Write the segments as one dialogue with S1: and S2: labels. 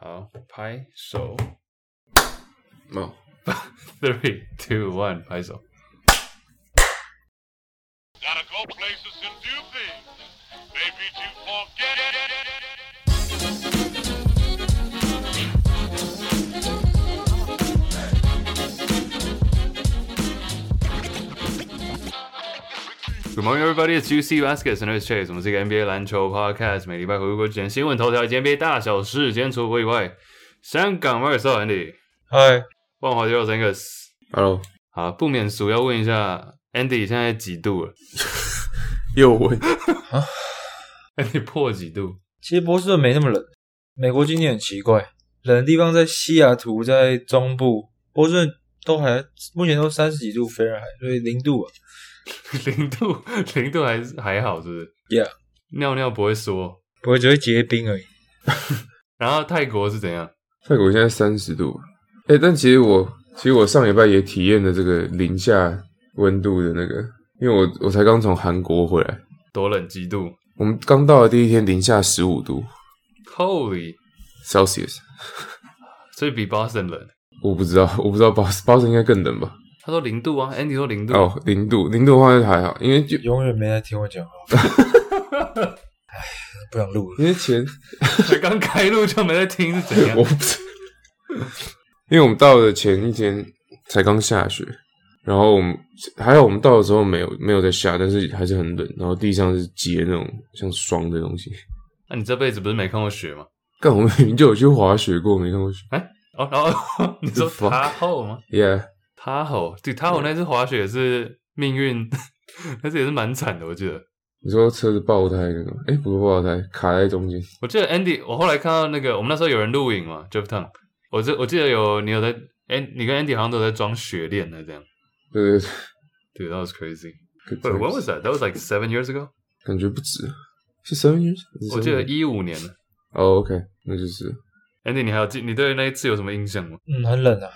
S1: 好，拍手
S2: 哦，
S1: ，three two one，拍手。
S3: Gotta go places and do things. They beat you for get
S1: Good morning, everybody. It's UC Baskets and it's Chase. 我们是一个 NBA 篮球 podcast，每礼拜回顾国际新闻头条以及 NBA 大小事。今天除了我以外，香港马尔少 Andy，
S4: 嗨，
S1: 万华肌肉 Angus。
S2: Hello，
S1: 好，不免俗要问一下 Andy 现在几度了
S2: 又问，
S1: ？Andy 破几度？
S4: 其实波士顿没那么冷。美国今年很奇怪，冷的地方在西雅图，在中部，波士顿都还目前都三十几度飞人海，所以零度啊。
S1: 零度， 零度还还好，是不是
S4: Yeah，
S1: 尿尿不会缩。
S4: 不会只会结冰而已。
S1: 然后泰国是怎样？
S2: 泰国现在三十度，哎、但其实我其实我上礼拜也体验了这个零下温度的那个，因为我我才刚从韩国回来，
S1: 多冷几度
S2: 我们刚到的第一天零下十五度
S1: ？Holy，
S2: Celsius，
S1: 所以比 Boston 冷。
S2: 我不知道，我不知道 Bos Boston 应该更冷吧？
S1: 他说零度啊，Andy 说零度。
S2: 哦，零度，零度的话还好，因为就
S4: 永远没在听我讲 话。唉，不想录了。
S2: 因为前
S1: 才刚开录就没在听是怎样
S2: 我不知，因为我们到的前一天才刚下雪，然后我们还好我们到的时候没有没有在下，但是还是很冷，然后地上是结那种像霜的东西。
S1: 那、你这辈子不是没看过雪吗？
S2: 干，我们明明就有去滑雪过，没看过雪。
S1: 哦，然 后你说
S2: The fuck？
S1: 他后吗？
S2: Yeah，
S1: 他后，对，他后那次滑雪是命运， 那次也是蛮惨的，我记得。
S2: 你说车子爆胎那个吗？哎、不是爆胎，卡在中间。
S1: 我记得 Andy，我后来看到那个，我们那时候有人录影嘛，Jeff t o n 我记我记得有你有在，哎，你跟 Andy 好像都有在装雪链的这样。
S2: 对对
S1: Dude, that was crazy.
S2: 对，
S1: Wait, what was that? That was like seven years ago.
S2: 感觉不止，是 seven years？
S1: 我记得一五年了。
S2: 哦、o k 那就是。
S1: Andy，你还有记？你对那一次有什么印象吗？
S4: 嗯，很冷啊。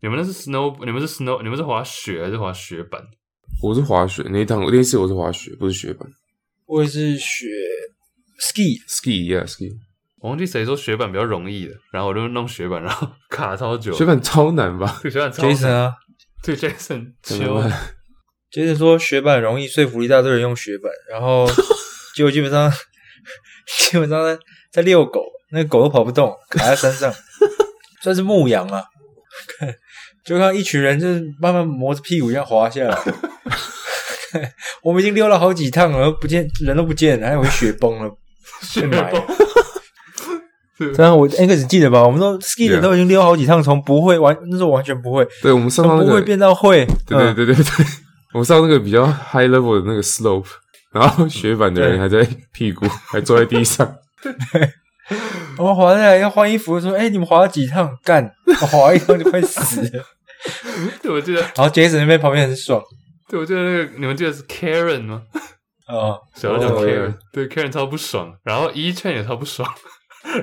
S1: 你们那是 snow，你们是 snow，你们是滑雪还是滑雪板？
S2: 我是滑雪那一趟，我那一次我是滑雪，不是雪板
S4: 我也是学 ski，
S2: ，ski，yeah，ski。
S1: 我忘记谁说雪板比较容易的，然后我就弄雪板，然后卡超久。
S2: 雪板超难吧？
S1: 对雪板超
S4: Jason 啊
S1: 对 Jason
S2: 怎么
S1: 秋
S2: 办
S4: ，Jason 说雪板容易说服一大堆人用雪板，然 后结果基本上基本上在在遛狗，那个狗都跑不动，卡在山上，算是牧羊啊。就看一群人就是慢慢磨着屁股这样滑下来。我们已经溜了好几趟了，不见人都不见了，还以为雪崩了。
S1: 雪
S4: 买
S1: 崩，
S4: 当然我 a n g u 记得吧？我们都 ski 的
S2: Yeah
S4: 都已经溜好几趟，从不会完，那时候完全不会，
S2: 对，我们上
S4: 从
S2: 到那
S4: 哦不
S2: 个，
S4: 会变到会。嗯
S2: 对对对对对，我们上那个比较 high level 的那个 slope，然后雪板的
S4: 对
S2: 人还在屁股，还坐在地上。
S4: 嗯，我们滑下来要换衣服，说：“哎、你们滑了几趟？干，我滑一趟就快死了。
S1: 对，我记得，”
S4: 然后 Jason 那边旁边很爽
S1: 对，我记得那个，你们记得是 Karen 吗？
S4: 啊、
S1: 小的叫
S2: 哦
S1: Karen，、对 Karen 超不爽，然后 E 券也超不爽，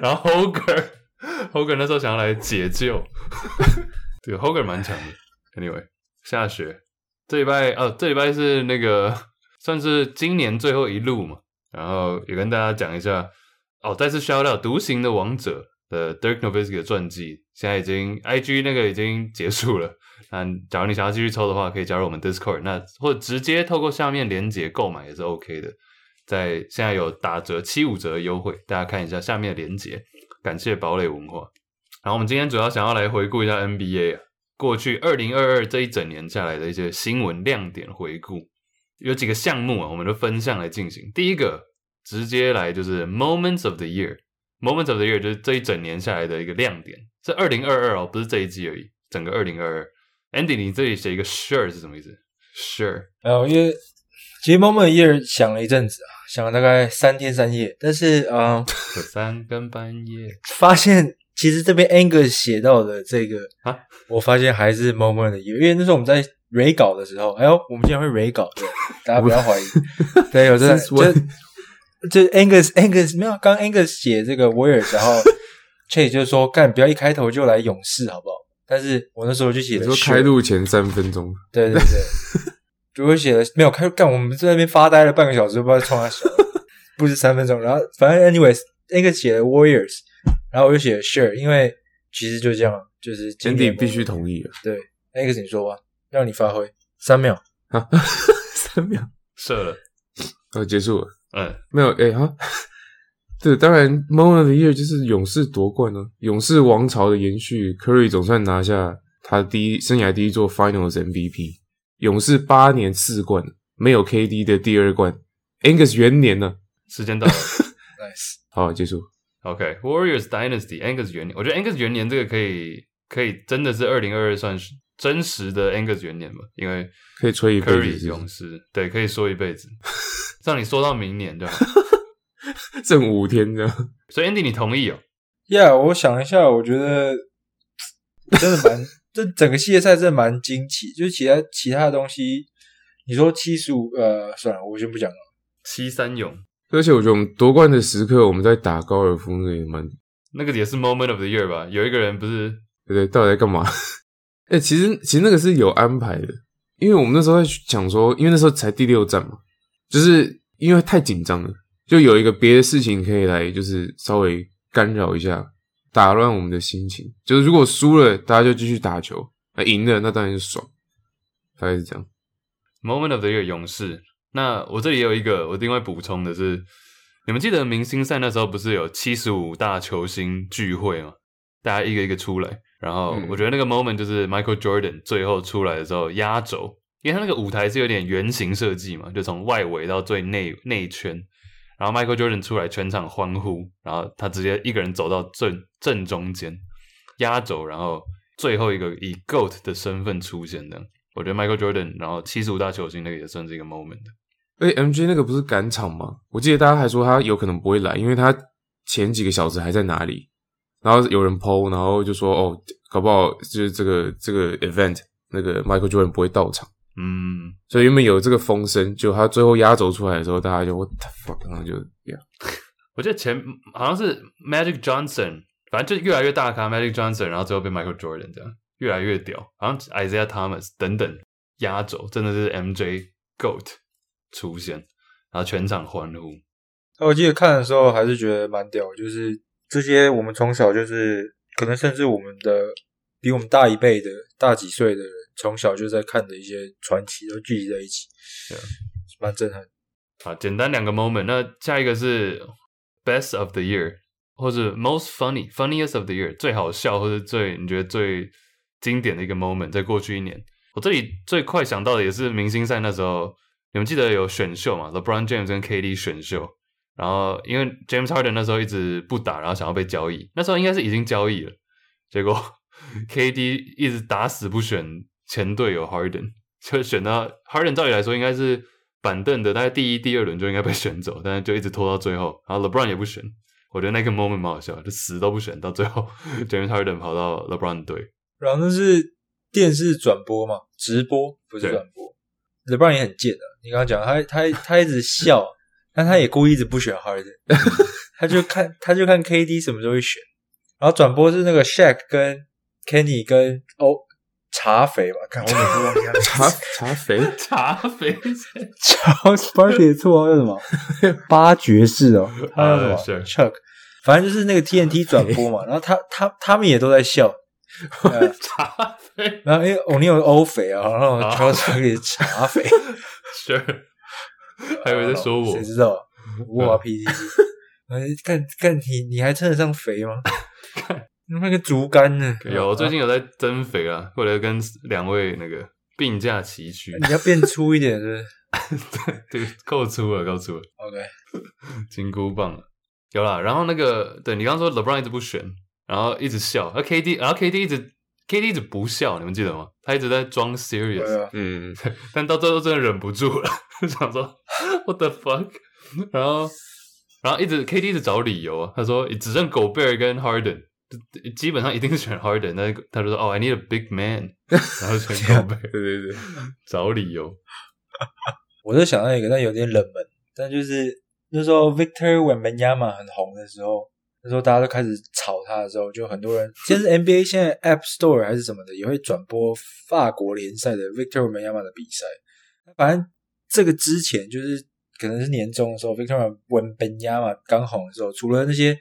S1: 然后 Hoger Hoger 那时候想要来解救， 对 Hoger 蛮强的。Anyway，下雪，这礼拜哦，这礼拜是那个算是今年最后一路嘛，然后也跟大家讲一下哦，再次 shout out 独行的王者的 Dirk Nowitzki 的传记，现在已经 IG 那个已经结束了。那假如你想要继续抽的话，可以加入我们 Discord，那或者直接透过下面链接购买也是 OK 的。在现在有打折七五折的优惠，大家看一下下面的链接。感谢堡垒文化。然后我们今天主要想要来回顾一下 NBA 啊，过去二零二二这一整年下来的一些新闻亮点回顾，有几个项目啊，我们就分项来进行。第一个直接来就是 Moments of the Year，Moments of the Year 就是这一整年下来的一个亮点，是二零二二哦，不是这一季而已，整个二零二二。Andy，你这里写一个 sure 是什么意思？Sure，
S4: 然后因为其实 Moment Year 想了一阵子啊，想了大概三天三夜，但是嗯、呃
S1: 可三更半夜，
S4: 发现其实这边 Angus 写到的这个
S1: 啊，
S4: 我发现还是 moment 的，因为那时候我们在 re 稿的时候，哎呦，我们竟然会 re 稿， 对，大家不要怀疑，对，我真的
S2: Since when？
S4: 就就 Angus Angus 没有，刚 Angus 写这个 Warriors，然后 Chase 就说干，不要一开头就来勇士好不好？但是我那时候就写
S2: 你
S4: 了
S2: 说
S4: Sure
S2: 开录前三分钟，
S4: 对对对，就会写的没有开干，我们在那边发呆了半个小时，不知道冲他笑，不是三分钟。然后反正 anyways，那个写的 Warriors，然后我就写了 Sure，因为其实就这样，就是
S2: 前
S4: 今
S2: 提
S4: 年
S2: 必须。同意啊！
S4: 对，X 你说吧，让你发挥三秒。
S2: 三秒，
S1: 射了，
S2: 好，结束了。
S1: 嗯，
S2: 没有，哎、哈，对，当然，Moment of the Year 就是勇士夺冠呢、勇士王朝的延续，Curry 总算拿下他第一生涯第一座 Finals MVP，勇士八年四冠，没有 KD 的第二冠，Angus 元年呢、
S1: 时间到了。
S4: Nice，
S2: 好，结束。
S1: OK，Warriors、Dynasty Angus 元年，我觉得 Angus 元年这个可以可以真的是二零二二算是真实的 Angus 元年吧，因为
S2: 可以吹一辈
S1: Curry
S2: 子是不
S1: 勇士对可以说一辈 子，让你说到明年对吧？
S2: 是，剩五天这样。
S1: 所以 Andy 你同意哦？
S4: ，Yeah，我想一下，我觉得真的蛮， 这整个系列赛真的蛮惊奇，就是其他其他的东西，你说七十五，呃，算了，我先不讲了。
S1: 七三勇
S2: 而且我觉得我们夺冠的时刻，我们在打高尔夫那也蛮
S1: 那个也是 Moment of the Year 吧？有一个人不是
S2: 对对，到底在干嘛？ 哎、其实其实那个是有安排的，因为我们那时候在想说，因为那时候才第六站嘛，就是因为太紧张了，就有一个别的事情可以来，就是稍微干扰一下，打乱我们的心情。就是如果输了，大家就继续打球；那赢了，那当然就爽。大概是这样。
S1: Moment of the Year 勇士。那我这里也有一个我另外补充的是，你们记得明星赛那时候不是有七十五大球星聚会吗？大家一个一个出来，然后
S2: 嗯
S1: 我觉得那个 moment 就是 Michael Jordan 最后出来的时候压轴，因为他那个舞台是有点圆形设计嘛，就从外围到最内内圈，然后 Michael Jordan 出来全场欢呼，然后他直接一个人走到正正中间压轴，然后最后一个以 GOAT 的身份出现的。我觉得 Michael Jordan，然后七十五大球星那个也算是一个 moment。
S2: 哎、m j 那个不是赶场吗？我记得大家还说他有可能不会来，因为他前几个小时还在哪里，然后有人 PO，然后就说哦，搞不好就是这个这个 event 那个 Michael Jordan 不会到场，
S1: 嗯，
S2: 所以原本有这个风声，就他最后压轴出来的时候，大家就 what the fuck，然后就 yeah，
S1: 我记得前好像是 Magic Johnson，反正就越来越大咖 Magic Johnson，然后最后被 Michael Jordan 这样越来越屌，好像 Isaiah Thomas 等等压轴，真的是 MJ Goat 出现，然后全场欢呼。
S4: 我记得看的时候还是觉得蛮屌，就是这些我们从小就是，可能甚至我们的比我们大一辈的、大几岁的人，从小就在看的一些传奇都聚集在一起，
S1: 对啊
S4: 蛮震撼。
S1: 好，简单两个 moment。那下一个是 best of the year，或者 most funny funniest of the year，最好笑或者最你觉得最经典的一个 moment，在过去一年，我这里最快想到的也是明星赛那时候，你们记得有选秀嘛？LeBron James 跟 KD 选秀，然后因为 James Harden 那时候一直不打，然后想要被交易，那时候应该是已经交易了，结果 KD 一直打死不选前队友 Harden，就选到 Harden，照理来说应该是板凳的，大概第一、第二轮就应该被选走，但是就一直拖到最后，然后 LeBron 也不选，我觉得那个 moment 蛮好笑的，就死都不选，到最后 James Harden 跑到 LeBron 队，
S4: 然后那是电视转播嘛，直播不是
S1: 对
S4: 转播。LeBron 也很贱的、你刚刚讲他他他一直笑，啊但他也故意一直不选 Harden，他就看他就看 KD 什么时候会选。然后转播是那个 Shaq 跟 Kenny 跟哦茶肥吧，看我每次忘记他的名字
S2: 茶茶肥，
S1: 茶肥
S4: Charles Barkley 的绰号叫什么？八爵士哦，他叫什么、
S1: 啊是
S4: Chuck？反哎正就是那个 TNT 转播嘛，然后他他他们也都在笑，呃
S1: 茶肥
S4: 然后因为欧尼有欧肥啊，然后
S1: 啊
S4: Charles Barkley 是茶肥，
S1: ，Sure，还以为在 说我嗯
S4: 谁，知道啊？我 P D，看看哎你你还称得上肥 吗？那个竹竿呢？
S1: 有我最近有在增肥啊，为了跟两位那个并驾齐驱，
S4: 你要变粗一点，是不是
S1: 对，够粗了，够粗了。
S4: ？OK，
S1: 金箍棒了，有啦。然后那个，对你刚刚说 LeBron 一直不选，然后一直笑，那 KD，然后 KD 一直 KD 一直不笑，你们记得吗？他一直在装 serious，、
S4: 对啊
S2: 嗯，
S1: 但到最后真的忍不住了， 就想说 What the fuck？然后然后一直 KD 一直找理由啊，他说只剩狗贝尔跟 Harden，基本上一定是选 Harden，那他就说哦、i need a big man，然后选高贝，
S2: 对对对，
S1: 找理由。
S4: 我就想到一个，但有点冷门，但就是那时候 Victor Wembanyama 很红的时候，那时候大家都开始炒他的时候，就很多人，其实 NBA 现在 App Store 还是什么的，也会转播法国联赛的 Victor Wembanyama 的比赛。反正这个之前就是可能是年终的时候，Victor Wembanyama 刚红的时候，除了那些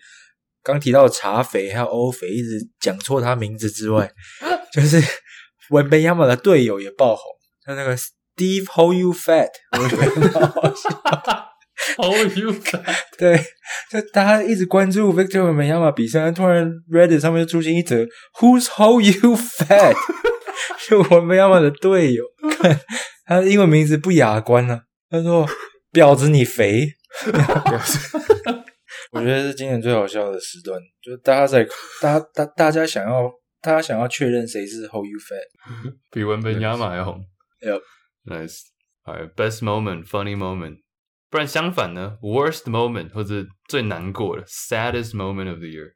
S4: 刚提到的茶肥还有欧肥一直讲错他名字之外，就是 Wembanyama 的队友也爆红，像那个 Steve How You Fat，我觉得很好笑
S1: How are you？guys？
S4: 对，就大家一直关注 Victor w e m b a y a m a 比赛，突然 Reddit 上面就出现一则 Who's How You Fat，是 w e m b a y a m a 的队友， 看他的英文名字不雅观呢、他说“婊子你肥”， 我觉得是今年最好笑的时段，就是大家在大家大大家想要大家想要确认谁是 How You Fat，
S1: 比文本亚马还红。
S4: Yep.
S1: Nice. Alright, best moment, funny moment. 不然相反呢？Worst moment 或者最难过的 saddest moment of the year。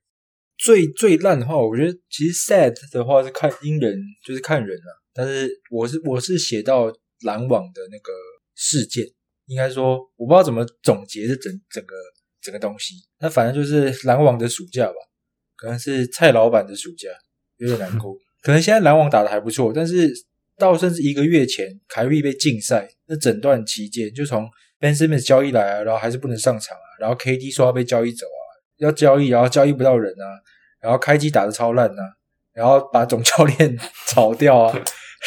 S4: 最最烂的话，我觉得其实 sad 的话是看因人，就是看人啊。但是我是我是写到篮网的那个事件，应该说我不知道怎么总结这整整个整个东西。那反正就是篮网的暑假吧，可能是蔡老板的暑假，有点难过。可能现在篮网打的还不错，但是到甚至一个月前，凯瑞被禁赛，那整段期间就从 Ben Simmons 交易来啊，然后还是不能上场啊，然后 KD 说要被交易走啊，要交易，然后交易不到人啊，然后开机打的超烂啊，然后把总教练 炒掉啊，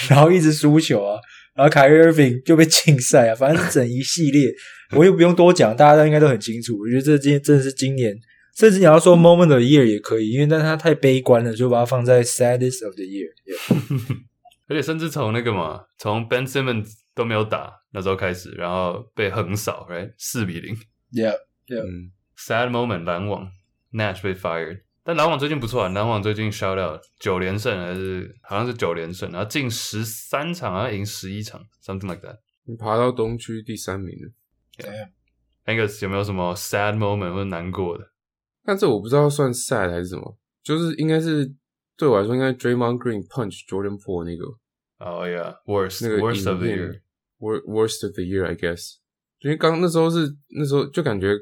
S4: 然后一直输球啊，然后凯瑞 Irving 就被禁赛啊，反正是整一系列，我又不用多讲，大家都应该都很清楚。我觉得这今真的是今年，甚至你要说 Moment of the Year 也可以，因为但它太悲观了，就把它放在 Saddest of the Year。
S1: 而且甚至从那个嘛，从 Ben Simmons 都没有打那时候开始，然后被横扫，right 四比零。
S4: Yeah，
S2: 嗯，
S1: Sad moment，篮网 Nash 被 fired，但篮网最近不错啊，篮网最近 shout out 九连胜还是好像是九连胜，然后近十三场，好像赢十一场，something like that。
S2: 爬到东区第三名了，
S1: Angus 有没有什么 sad moment 或者难过的？
S2: 但这我不知道算 sad 还是什么，就是应该是对我来说应该 Draymond Green punch Jordan p o o l 那个
S1: 哦、yeah，worst
S2: 那个
S1: worst of the year，
S2: year，worst worst of the year I guess，因为刚那时候是那时候就感觉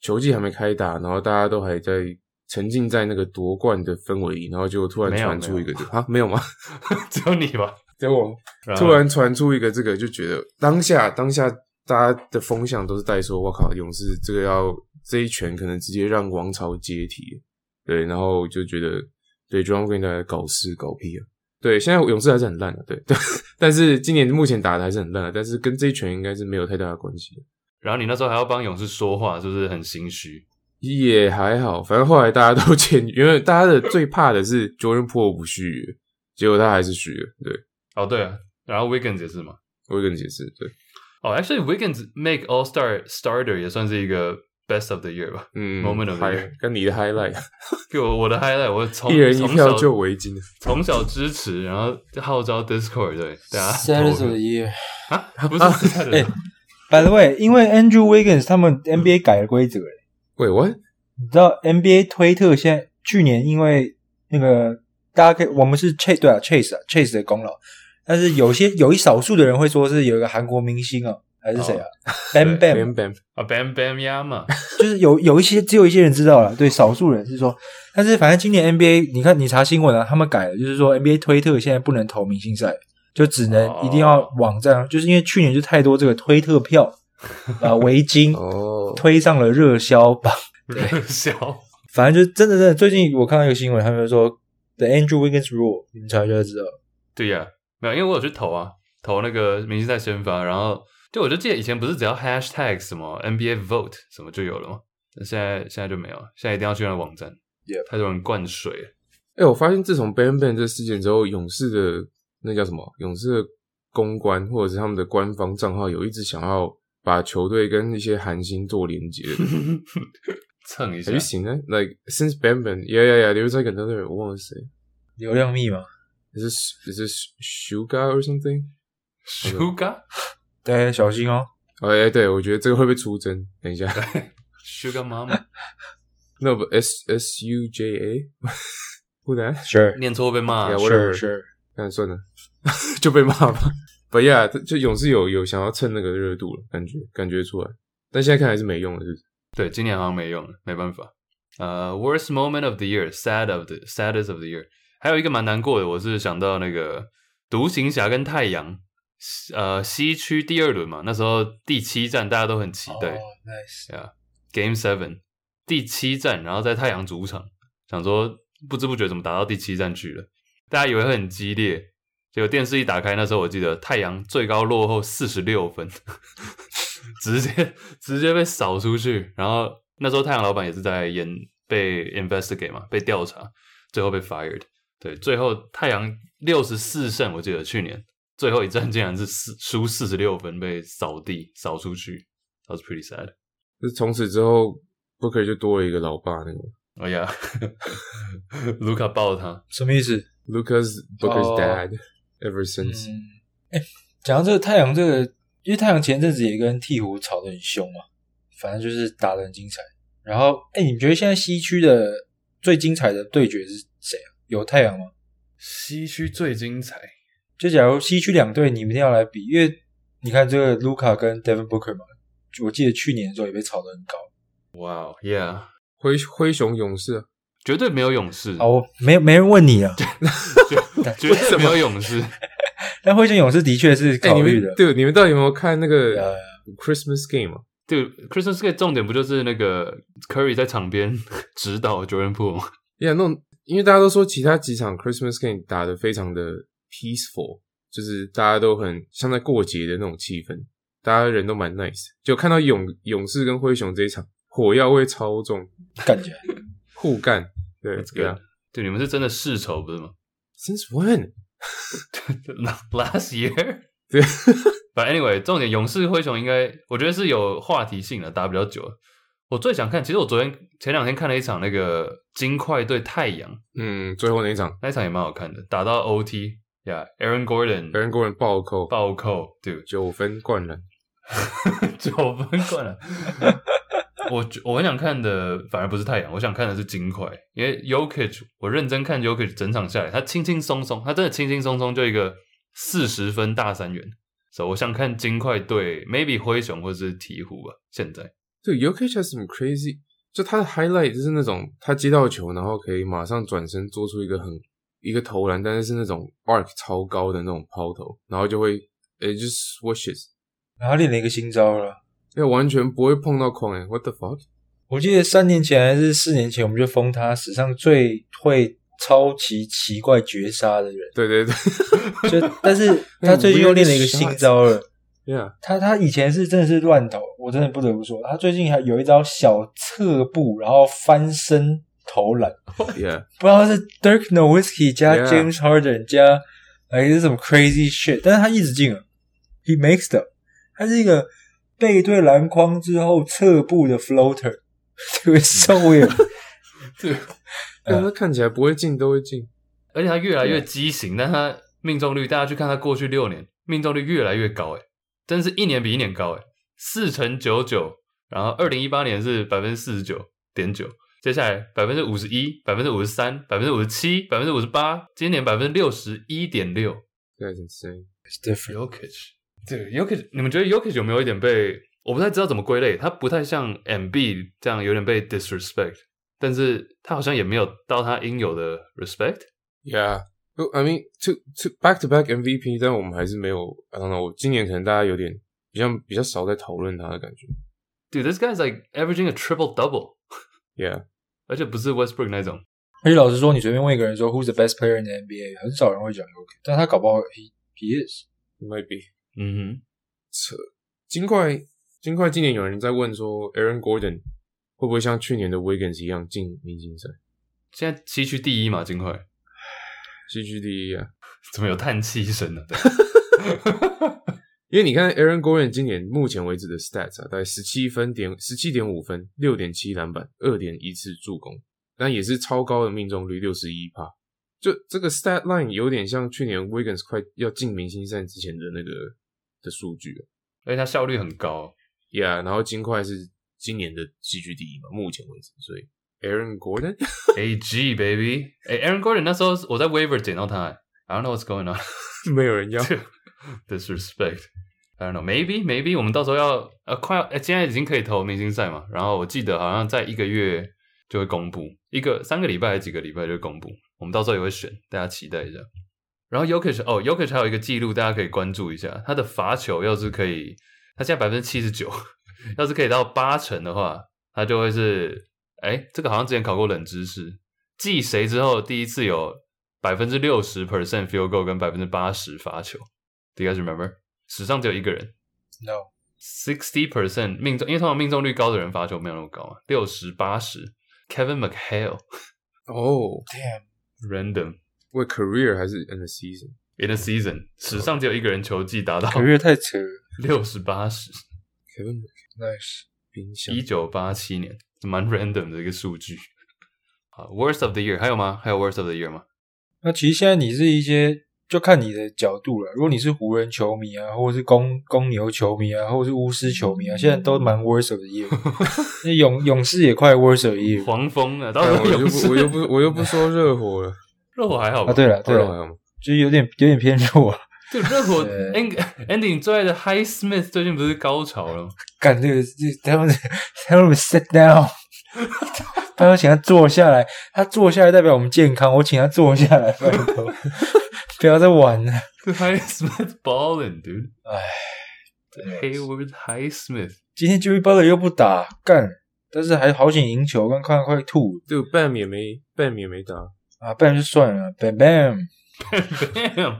S2: 球季还没开打，然后大家都还在沉浸在那个夺冠的氛围里，然后结果突然
S1: 没有
S2: 传出
S1: 没
S2: 一
S1: 有
S2: 个啊没有吗？
S1: 只有你吧？
S2: 结果
S1: 然后
S2: 突然传出一个这个，就觉得当下当下大家的风向都是带说，我靠，勇士这个要这一拳可能直接让王朝解体，对，然后就觉得对 John Green 在搞事搞屁啊，对，现在勇士还是很烂的、对 对，但是今年目前打的还是很烂的、但是跟这一拳应该是没有太大的关系，
S1: 然后你那时候还要帮勇士说话，是不是很心虚？
S2: 也还好，反正后来大家都 签约，因为大家的最怕的是 Jordan p o 不续约，结果他还是续约，对
S1: 哦，对啊，然后 Wiggins 也是嘛。
S2: 我会跟你解释，对，
S1: 哦、a c t u a l l y Wiggins make All Star starter 也算是一个 best of the year 吧。
S2: 嗯
S1: Moment of the year
S2: 嗨跟你的 highlight。
S1: 给我我的 highlight，我从
S2: 一人一
S1: 从
S2: 票
S1: 小
S2: 救围巾，
S1: 从小支持，然后号召 Discord 对啊大家
S4: Saddest
S1: 投
S4: of
S1: 票
S4: the Year。
S1: 啊，不是 Saturday，、
S4: 哎 By the way，因为 Andrew Wiggins 他们 NBA 改了规则，
S2: 喂我
S4: 你知道 NBA 推特现在去年因为那个大家可以，我们是 Chase 对啊 Chase 啊 Chase 的功劳，但是有些有一少数的人会说是有一个韩国明星啊，还是谁啊、b a m
S1: 对
S4: Bam，
S2: bam bam，
S1: 啊，Bam Bam Yama，
S4: 就是有有一些只有一些人知道了，对，少数人是说，但是反正今年 NBA 你看你查新闻啊，他们改了，就是说 NBA 推特现在不能投明星赛，就只能
S1: 哦
S4: 一定要网站，就是因为去年就太多这个推特票啊围巾
S2: 哦，
S4: 推上了热销榜。
S1: 热销
S4: 反正就真的真的，最近我看到一个新闻，他们就说 The Andrew Wiggins Rule，你们查一下就知道。
S1: 对呀、没有，因为我有去投啊，投那个明星赛先发，然后就我就记得以前不是只要 Hashtag 什么 NBA Vote 什么就有了吗？但现在现在就没有，了，现在一定要去那个网站
S4: Yep
S1: 太多人灌水了。
S2: 哎、我发现自从 bam bam 这事件之后，勇士的那叫什么？勇士的公关或者是他们的官方账号有一直想要把球队跟一些韩星做连 接。
S1: 蹭一下
S2: Have you seen that? Like since bam bam, yeah yeah yeah, there was like another 我忘了谁
S4: 流量密码，
S2: ，is this is this Suga or something？
S1: Sugar
S4: 大家小心哦。
S2: 哦哎、对，我觉得这个会被出征。等一下
S1: Sugar Mama，
S2: ，No，but S S U J A， 不然
S4: Sure,
S1: 念错会被骂啊
S2: Yeah，我
S4: sure,
S2: whatever
S4: sure.
S2: 那算了， 就被骂吧。But yeah，就勇士有有想要蹭那个热度了，感觉感觉出来，但现在看还是没用的，是不是？
S1: 对，今年好像没用了，没办法。呃、w o r s t moment of the year，sad of the saddest of the year，还有一个蛮难过的，我是想到那个独行侠跟太阳，呃，西区第二轮嘛，那时候第七站大家都很期待、
S4: Oh, nice.
S1: g a m e Seven 第七站，然后在太阳主场，想说不知不觉怎么打到第七站去了，大家以为会很激烈，结果电视一打开，那时候我记得太阳最高落后四十六分， 直接直接被扫出去。然后那时候太阳老板也是在研被 investigate 嘛，被调查，最后被 fired。对，最后太阳六十四胜，我记得去年最后一战竟然是四输四十六分被扫地扫出去，that was pretty sad。
S2: 就是从此之后，Booker 就多了一个老爸那个
S1: 哎呀，卢卡抱他，
S4: 什么意思？
S2: Lucas Booker's
S4: 哦
S2: dad、ever since、
S4: 嗯，哎，讲到这个太阳，这个因为太阳前阵子也跟鹈鹕吵得很凶嘛，反正就是打得很精彩。然后，哎，你觉得现在西区的最精彩的对决是谁啊？有太阳吗？
S1: 西区最精彩。
S4: 就假如西区两队你们一定要来比，因为你看这个卢卡跟 Devin Booker 嘛，我记得去年的时候也被炒得很高。
S1: 哇、wow,，Yeah，
S2: 灰灰熊勇士、啊，
S1: 哦绝对没有勇士，
S4: 哦，没没人问你啊。
S1: 绝对没有勇士。
S4: 但灰熊勇士的确是
S2: 哎、
S4: 考
S2: 你
S4: 虑的
S2: 们，对你们到底有没有看那
S4: 呃
S2: 个 Christmas game 啊？
S1: 对，Christmas Day 重点不就是那个 Curry 在场边 指导 Jordan p o o
S2: 呀、yeah,，那种因为大家都说其他几场 Christmas game 打得非常的 peaceful，就是大家都很像在过节的那种气氛，大家人都蛮 nice。就看到勇勇士跟灰熊这一场，火药味超重，
S4: 干起来。
S2: 互干。对
S1: That's
S2: 对啊
S1: good。对，你们是真的世仇不是吗
S2: Since when？
S1: ？Last year。
S2: 对
S1: But anyway，重点勇士灰熊应该，我觉得是有话题性的，打比较久了。我最想看，其实我昨天前两天看了一场那个金块对太阳，
S2: 嗯，最后那一场，
S1: 那一场也蛮好看的，打到 OT 呀、a a r o n Gordon
S2: 人工人暴扣
S1: 暴扣，对，
S2: 九分灌篮。
S1: 九分灌篮。 我觉我很想看的反而不是太阳，我想看的是金块，因为 Yokich，我认真看 Yokich 整场下来，他轻轻松松，他真的轻轻松松就一个四十分大三元，所、以我想看金块对 maybe 灰熊或者是鹈鹕吧，现在
S2: 对 y o k i c has some crazy，就他的 highlight 就是那种他接到球，然后可以马上转身做出一个很一个投篮，但是是那种 arc 超高的那种抛投，然后就会呃就是 swishes，
S4: 然后练了一个新招了。
S2: 因为完全不会碰到框诶、w h a t the fuck？
S4: 我记得三年前还是四年前，我们就封他史上最会超级奇怪绝杀的人。
S2: 对对对
S4: 就但 是
S2: 哎
S4: 他最近又练了一个新招了。
S2: ，yeah，
S4: 他他以前是真的是乱投，我真的不得不说，他最近还有一招小侧步，然后翻身投篮，
S2: yeah，
S4: 不知道是 Dirk Nowitzki 加
S2: Yeah
S4: James Harden 加还是什么 crazy shit，但是他一直进了，He 啊 makes them，他是一个背对篮筐之后侧步的 floater，这 个 so weird。
S2: 但他看起来不会进都会进，
S1: 而且他越来越畸形，但他命中率，大家去看他过去六年命中率越来越高，哎，真是一年比一年高，哎，四乘九九，然后二零一八年是百分之四十九点九，接下来百分之五十一、百分之五十三、百分之五十七、百分之五十八，今年百分之六十一点六
S2: That's insane。
S4: It's different，
S1: ，Yokich，对 Yokich，你们觉得 Yokich 有没有一点被我不太知道怎么归类，他不太像 MB 这样有点被 disrespect，但是他好像也没有到他应有的 respect。
S2: Yeah. Well, I mean, to to back to back MVP，但我们还是没有，I don't know，我今年可能大家有点比较比较少在讨论他的感觉。
S1: Dude, this guy's like averaging a triple double，
S2: Yeah，
S1: 而且不是 Westbrook 那种。
S4: 而且老实说，你随便问一个人说 Who's the best player in the NBA，很少人会讲 OK，但他搞不好 He He is。
S2: might be。
S1: 嗯
S2: 扯。金块，金块今年有人在问说，Aaron Gordon 会不会像去年的 Wiggins 一样进明星赛，
S1: 哼，现在西区第一嘛，金块
S2: 西区第一啊？
S1: 怎么有叹气声呢、
S2: 因为你看 Aaron Gordon 今年目前为止的 stats 啊，大概十七分点、十七点五分、六点七篮板、二点一次助攻，但也是超高的命中率，六十一帕。就这个 stat line 有点像去年 Wiggins 快要进明星赛之前的那个的数据啊。
S1: 而且他效率很高，
S2: E Yeah，然后金块是今年的西区第一嘛，目前为止，所以 Aaron Gordon，
S1: AG baby，哎、a a r o n Gordon 那时候我在 Waiver 捡到他、欸、，I don't know what's going on
S2: 没有人要。
S1: disrespect。I don't know, maybe, maybe 我们到时候要呃快要、呃现在已经可以投明星赛嘛，然后我记得好像在一个月就会公布，一个三个礼拜还是几个礼拜就会公布，我们到时候也会选，大家期待一下。然后 Yokich 哦，Yokich 还有一个记录，大家可以关注一下，他的罚球要是可以，他现在百分之七十九， 要是可以到八成的话，他就会是，哎，这个好像之前考过冷知识，继谁之后第一次有百分之六十 percent field goal 跟百分之八十罚球，Do you guys remember？史上只有一个人
S4: No，
S1: sixty percent 命中，因为通常命中率高的人罚球没有那么高嘛，六十八十，Kevin McHale
S2: 哦，
S1: random
S2: 为 career 还是 in the season？
S1: in a season，史上只有一个人球技达到
S4: 可是太扯了
S1: 六十八十。
S2: Kevin
S4: ，nice。
S2: 冰箱
S1: 一九八七年，蛮 random 的一个数据。好，Worst of the Year 还有吗？还有 Worst of the Year 吗？
S4: 那其实现在你是一些，就看你的角度了。如果你是湖人球迷啊，或者是公公牛球迷啊，或者是巫师球迷啊，现在都蛮 worse of the year。那勇勇士也快 worse of the year
S1: 黄蜂
S4: 哦
S1: 啊，到
S2: 但
S1: 时候
S2: 哎我
S1: 勇
S2: 又不，我
S1: 士
S2: 又不，我又不说热火了，哎
S1: 热火还好吧？
S4: 啊。对 了对
S2: 热火
S4: 了，
S2: 还好吗？
S4: 就是有点有点偏弱啊。
S1: 对热 火
S4: 对
S1: Andy Andy 你最爱的 High Smith 最近不是高潮了吗？
S4: 干这个，这他们他们 sit down，拜托请他坐下来。他坐下来代表我们健康，我请他坐下来，拜托， 不要再玩了。
S1: 对 High Smith balling dude，
S4: 唉
S1: Hayward High Smith
S4: 今天 Jimmy Butler 又不打，干，但是还好险赢球，刚看快吐了
S2: 对，Bam 也没，Bam 也没打，
S4: 啊！不然就算了，bam bam。
S1: damn，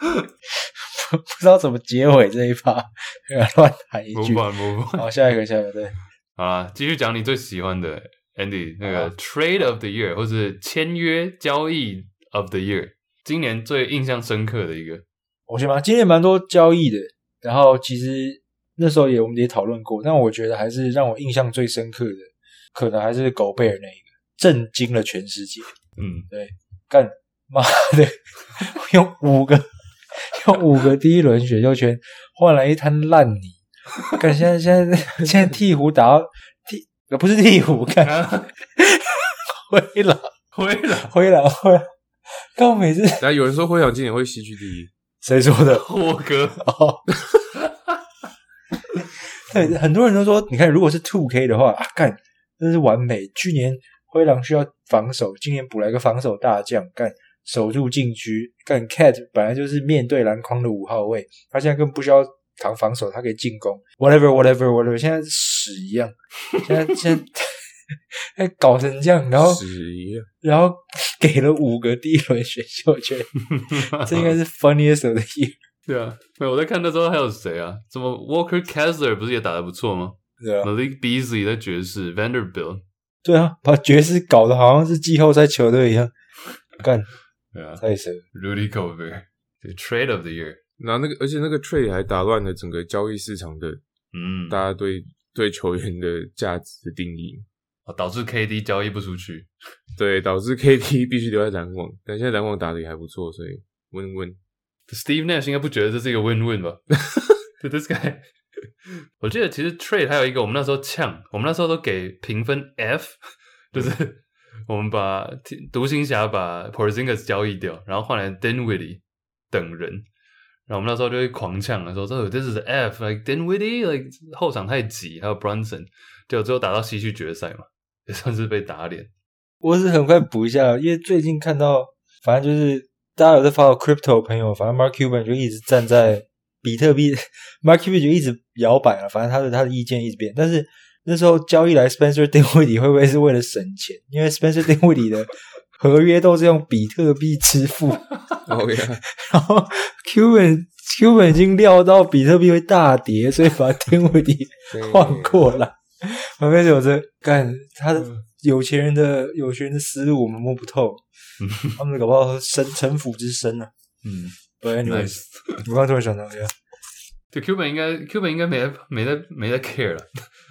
S4: 不知道怎么结尾这一趴， 乱喊一
S1: 模
S4: 句。
S1: 板模板。
S4: 好，下一个，下一个，对，
S1: 好啦，继续讲你最喜欢的 Andy 那个 Trade of the Year 或是签约交易 of the Year，今年最印象深刻的一个。
S4: 我先吧。今天蛮多交易的，然后其实那时候也我们也讨论过，但我觉得还是让我印象最深刻的，可能还是狗贝尔那一个，震惊了全世界。
S1: 嗯，
S4: 干妈的，用五个 用五个第一轮选秀权换来一滩烂泥。干现在现在现在鹈鹕打到鹈呃不是鹈鹕，干
S1: 啊
S4: 灰狼
S1: 灰狼，
S4: 灰 狼灰狼，干我每次
S2: 然后有人说灰狼今年会西区第一，
S4: 谁说的？
S1: 霍哥，
S4: 哦，对，很多人都说，你看，如果是 Two K 的话，啊，干，真是完美。去年灰狼需要防守，今年补来个防守大将，干守住禁区，干 Cat 本来就是面对篮筐的五号位，他现在根本不需要扛防守，他可以进攻，whatever whatever whatever，现在屎一样，现在现在 现在搞成这样，然后
S2: 十一啊，
S4: 然后给了五个第一轮选秀权，这应该是 funniest of the year，
S1: 对啊，没有我在看那时候还有谁啊？怎么 Walker Kessler 不是也打得不错吗
S4: 对啊。
S1: ？Malik Beasley 在爵士，Vanderbilt，
S4: 对啊，把爵士搞得好像是季后赛球队一样， 干
S1: 对啊
S4: 太神了！
S1: ，Rudy Gobert，对 Trade of the Year，
S2: 然后那个而且那个 trade 还打乱了整个交易市场的
S1: 嗯，
S2: 大家对对球员的价值的定义，
S1: 哦导致 KD 交易不出去，
S2: 对，导致 KT 必须留在篮网，但现在篮网打的也还不错，所以 win win。
S1: Steve Nash 应该不觉得这是一个 win-win 吧？To this guy，我记得其实 trade 还有一个，我们那时候呛，我们那时候都给评分 F，就是我们把独行侠把 Porzingis 交易掉，然后换来 Dinwiddie 等人，然后我们那时候就会狂呛了，说这 This is F，like Dinwiddie like 后场太挤，还有 Brunson，结果最后打到西区决赛嘛，也算是被打脸。
S4: 我只是很快补一下，因为最近看到，反正就是大家有在发到 crypto 的朋友，反正 Mark Cuban 就一直站在比特币 ，Mark Cuban 就一直摇摆了，反正他的他的意见一直变。但是那时候交易来 Spencer Dinwiddie 会不会是为了省钱？因为 Spencer Dinwiddie 的合约都是用比特币支付。
S2: 哦呀，
S4: 然后 Cuban Cuban 已经料到比特币会大跌，所以把天威迪 换过来。我跟你讲，这干他的
S2: 嗯
S4: 有钱人的有钱人的思路我们摸 不透，他们搞不好深城府之深呢、啊。
S1: 嗯
S4: But anyway，、
S1: ，nice。
S4: 我刚突然想到，对啊
S1: 对，Cuban 应该 Cuban 应该没在没在没在 care 了，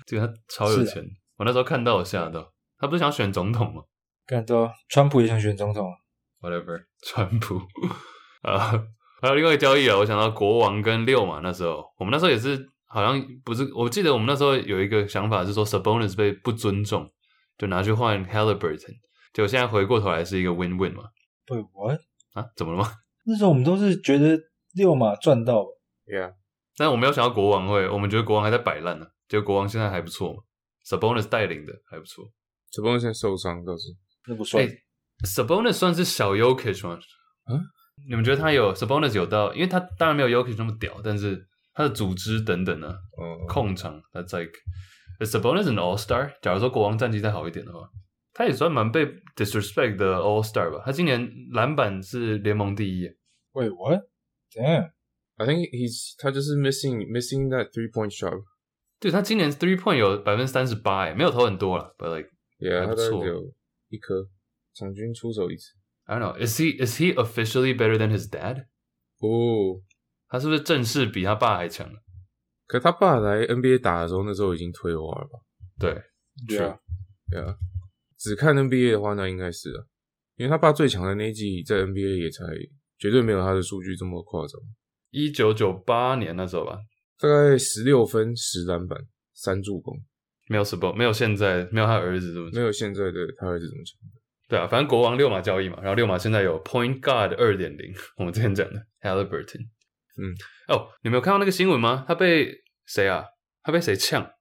S1: 对他超有
S4: 是啊
S1: 钱。我那时候看到我吓到，他不是想选总统吗
S4: 干到、川普也想选总统啊，
S1: ？Whatever，川 普啊，还有另外一个交易啊，我想到国王跟六嘛，那时候我们那时候也是好像不是，我记得我们那时候有一个想法是说 Sabonis 被不尊重，就拿去换 Halliburton，结果现在回过头来是一个 win win 嘛？
S4: 对，我
S1: 啊，怎么了吗？
S4: 那时候我们都是觉得六马赚到了，
S2: Yeah，
S1: 但我没有想到国王会，我们觉得国王还在摆烂呢、结果国王现在还不错嘛，Sabonis 带领的还不错。
S2: 这帮人现在受伤倒是
S4: 那不算。
S1: 哎 Sabonis 算是小 Yokich 吗？
S2: 嗯，
S1: 你们觉得他有 Sabonis 有到？因为他当然没有 Yokich 那么屌，但是他的组织等等呢、
S2: 哦，
S1: 控场他在 Sabonis an All Star。假如说国王战绩再好一点的话，他也算蛮被 disrespect 的 All Star 吧。他今年篮板是联盟第一耶，
S4: 喂，我怎样？
S2: I think he's 他就是 missing missing that three point shot。
S1: 对他今年 three point 有百分之三十八，没有投很多了，but like。
S2: Yeah，
S1: 还
S2: 他
S1: 不
S2: 大概
S1: 错
S2: 只有一颗，场均出手一次。
S1: I don't know. Is he is he officially better than his dad?
S2: 哦，
S1: 他是不是正式比他爸还强？
S2: 可他爸来 NBA 打的时候，那时候已经退化了吧？
S1: 对，
S4: 对啊，
S2: 对啊，只看 NBA 的话，那应该是啊，因为他爸最强的那一季在 NBA 也才绝对没有他的数据这么夸张，
S1: 一九九八年那时候吧，
S2: 大概十六分、十篮板、三助攻，
S1: 没有 s u b o 没有现在没有他儿子这么
S2: 没
S1: 强。
S2: 有现在的他儿子这么强。
S1: 对啊，反正国王六马交易嘛，然后六马现在有 Point Guard 二点零，我们之前讲的 Halliburton。
S2: 嗯，
S1: 哦，你没有看到那个新闻吗？他被谁啊？他被谁呛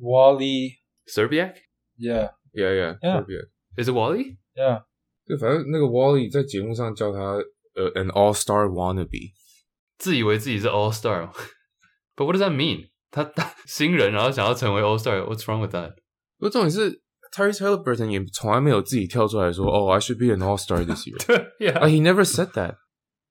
S4: ，Wally
S1: ？Serbiak？Is
S4: Yeah
S2: Yeah, yeah,
S4: Yeah
S2: 特别。
S1: it Wally？
S4: Yeah，
S2: 对，反正那个 Wally 在节目上叫他呃 an All Star wannabe。
S1: 自以为自己是 All Star 吗？But what does that mean？他他新人，然后想要成为 All Star，What's wrong with that？
S2: 不过重点是 Tyrese Halliburton 也从来没有自己跳出来说，哦、i should be an All Star this year。
S1: 对呀
S2: 啊、h e never said that。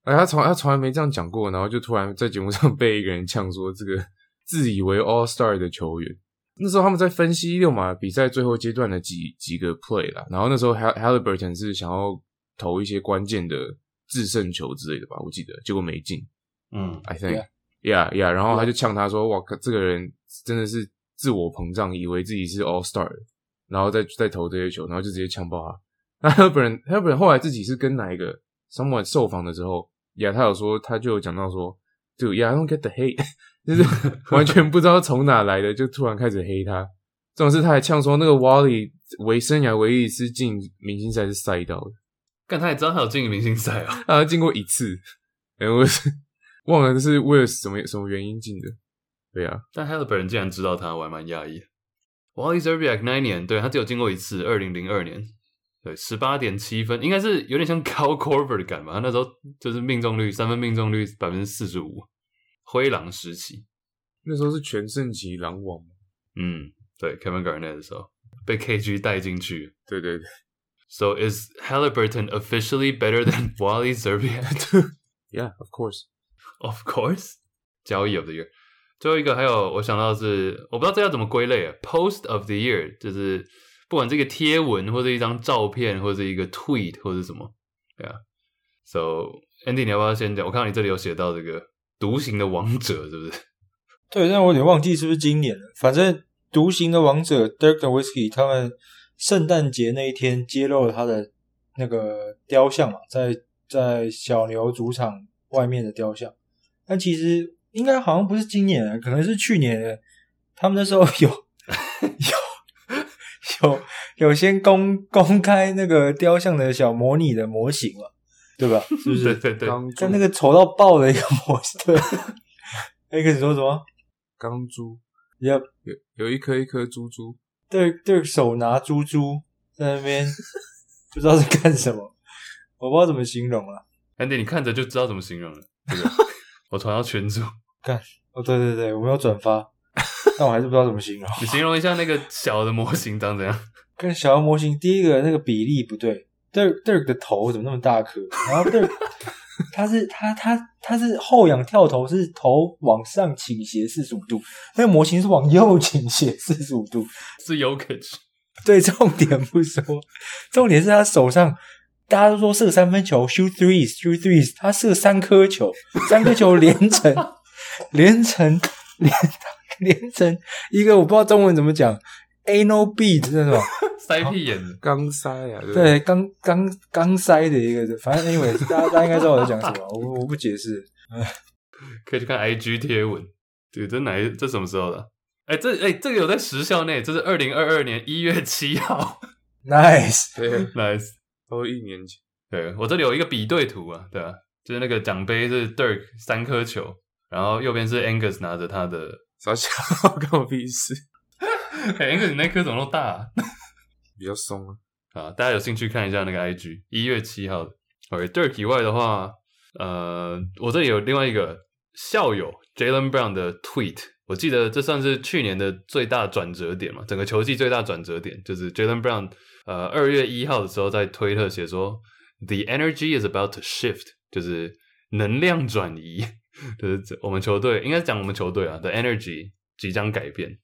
S2: 哎，他从他从来没这样讲过，然后就突然在节目上 被一个人呛说这个自以为 All Star 的球员。那时候他们在分析六马比赛最后阶段的几几个 play 啦，然后那时候 Hal- Halliburton 是想要投一些关键的制胜球之类的吧，我记得，结果没进。
S1: 嗯，
S2: I think yeah yeah，然后他就呛他说：“哇，靠这个人真的是自我膨胀，以为自己是 All Star，然后再再投这些球，然后就直接呛爆他。” 那 h e r b e r t h e r b e r t 后来自己是跟哪一个 someone 受访的时候，呀，他有说他就有讲到说，Dude yeah I don't get the hate，就是 完全不知道从哪来的，就突然开始黑他。这种事他还呛说，那个 Wally 为生涯唯一一次进明星赛是赛道的。
S1: 干他也知道他有进明星赛啊。
S2: 啊，进过一次，哎、我是忘了是为了什么什么原因进的。对啊，
S1: 但 Halliburton 竟然知道他，我还蛮讶异的。Wally Zerbiak 那一年，对他只有进过一次，二零零二年，对，十八点七分，应该是有点像 Cal Corver 的感吧。他那时候就是命中率，三分命中率百分之四十五，灰狼时期。
S2: 那时候是全盛期狼王嘛。
S1: 嗯，对，Kevin Garnett 的时候被 KG 带进去。
S2: 对对对，
S1: So is Halliburton officially better than Wally Zerbiak?
S2: ，Yeah，of course。
S1: Of course，交易 of the year。最后一个还有我想到的是，我不知道这要怎么归类啊。Post of the year 就是不管这个贴文或者一张照片或者一个 tweet 或者什么，对啊。So Andy，你要不要先讲？我看到你这里有写到这个独行的王者，是不是？
S4: 对，但我有点忘记是不是今年了。反正独行的王者 Dirk and Whiskey 他们圣诞节那一天揭露了他的那个雕像嘛，在在小牛主场外面的雕像。但其实应该好像不是今年的，可能是去年的。他们那时候有有有有先公公开那个雕像的小模拟的模型嘛，对吧？是不是？
S1: 对 对对，
S2: 钢珠
S4: 看那个丑到爆的一个模式，对。 那个你说什么？
S2: 钢珠
S4: 也
S2: 有有一颗一颗珠珠，
S4: 对对手拿猪猪在那边，不知道是干什么，我不知道怎么形容啊了、
S1: Andy，你看着就知道怎么形容了。这个 我传到群组，
S4: 哦，对对对，我没有转发，但我还是不知道怎么形容。
S1: 你形容一下那个小的模型长怎样？
S4: 跟小妖模型第一个那个比例不对，Dirk Dirk 的头怎么那么大颗？然后 Dirk 他是他他他是后仰跳投，是头往上倾斜四十五度，那个模型是往右倾斜四十五度，
S1: 是 Yokich，
S4: 对，重点不说，重点是他手上，大家都说射三分球，shoot threes，shoot threes，他射三颗球，三颗球连成，连成，连连成一个我不知道中文怎么讲，a no b 那种，
S1: 塞屁眼子。
S2: 钢塞啊，对不对
S4: 对，刚刚刚塞的一个，反正 anyway，大家大家应该知道我在讲什么，我我不解释。
S1: 可以去看 IG 贴文。对，这哪一这什么时候的啊？哎、这哎、这个有在时效内，这是二零二二年一月七号
S4: Nice，
S2: 对，
S1: ，nice。
S2: 都一年前，
S1: 对我这里有一个比对图啊，对啊，就是那个奖杯是 Dirk 三颗球，然后右边是 Angus 拿着他的，
S2: 傻笑， 关我屁事，
S1: 哎、a n g u s 你那颗怎么那么大啊、
S2: 比较松啊。
S1: 啊，大家有兴趣看一下那个 IG，一月七号的。OK，Dirk、以外的话，呃，我这里有另外一个校友 Jalen Brown 的 tweet，我记得这算是去年的最大转折点嘛，整个球季最大转折点就是 Jalen Brown，呃，二月一号的时候在推特写说，The energy is about to shift，就是能量转移， 就是这我们球队应该讲我们球队啊的 energy 即将改变。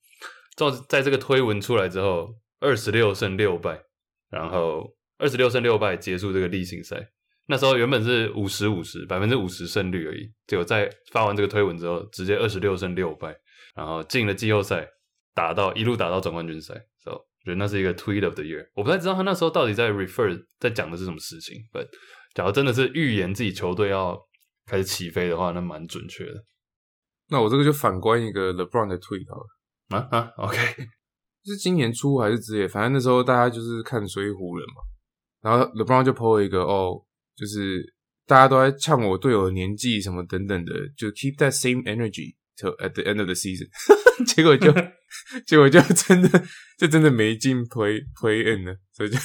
S1: 照在这个推文出来之后，二十六胜六败，然后二十六胜六败结束这个例行赛。那时候原本是五十五十百分之五十胜率而已，结果在发完这个推文之后，直接二十六胜六败，然后进了季后赛，打到一路打到总冠军赛。So 我觉得那是一个 tweet of the year。我不太知道他那时候到底在 refer 在讲的是什么事情，but 假如真的是预言自己球队要开始起飞的话，那蛮准确的
S2: 那我这个就反观一个 LeBron 的 tweet 好了。
S1: 啊啊，OK，
S2: 是今年初还是之类，反正那时候大家就是看水湖人嘛，然后 LeBron 就 PO 了一个哦，就是大家都在呛我队友的年纪什么等等的，就 keep that same energy till at the end of the season，结 果就结果就真的就真的没进 play play in 了，所以就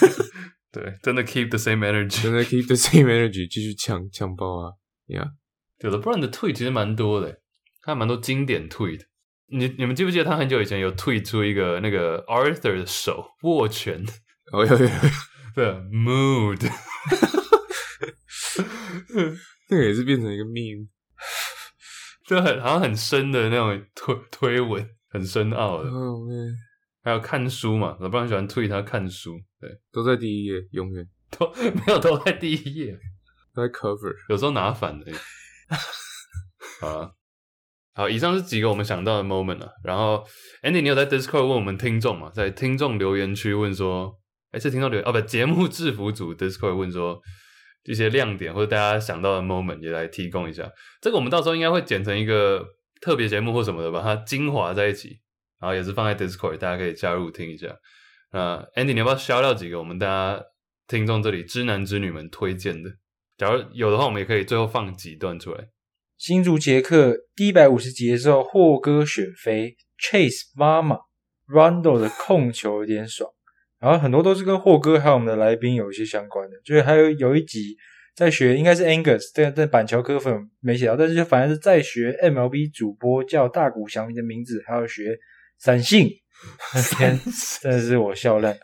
S1: 对，真的 keep the same energy
S2: 真的 keep the same energy 继续呛呛爆啊，Yeah，
S1: 对的 b r a n 的 tweet 其实蛮多的，他蛮多经典 tweet 的。你你们记不记得他很久以前有 tweet 出一个那个 Arthur 的手握拳
S2: 哦有有有，
S1: 的 mood？
S2: 那个也是变成一个 meme，
S1: 就很好像很深的那种推推文，很深奥的。
S2: 哦、man，
S1: 还有看书嘛，老 b r 喜欢 tweet 他看书，对，
S2: 都在第一页，永远
S1: 都没有都在第一页，
S2: 都在 cover，
S1: 有时候拿反了。好啊，好，以上是几个我们想到的 moment 啊。然后 Andy，你有在 Discord 问我们听众嘛？在听众留言区问说，哎，是听众留言哦，不，节目制服组 Discord 问说一些亮点或者大家想到的 moment 也来提供一下。这个我们到时候应该会剪成一个特别节目或什么的，把它精华在一起，然后也是放在 Discord，大家可以加入听一下。那 Andy，你要不要 shout out 几个我们大家听众这里知男知女们推荐的？假如有的话，我们也可以最后放几段出 来。
S4: 新竹杰克第一百五十集的时候，霍哥选妃，Chase 妈妈，Rondo 的控球有点爽，然后很多都是跟霍哥还有我们的来宾有一些相关的，就是还有有一集在学，应该是 Angus，但但板桥科粉没写到，但是就反正是在学 MLB 主播叫大谷翔平的名字，还有学散信，那天真的是我笑烂，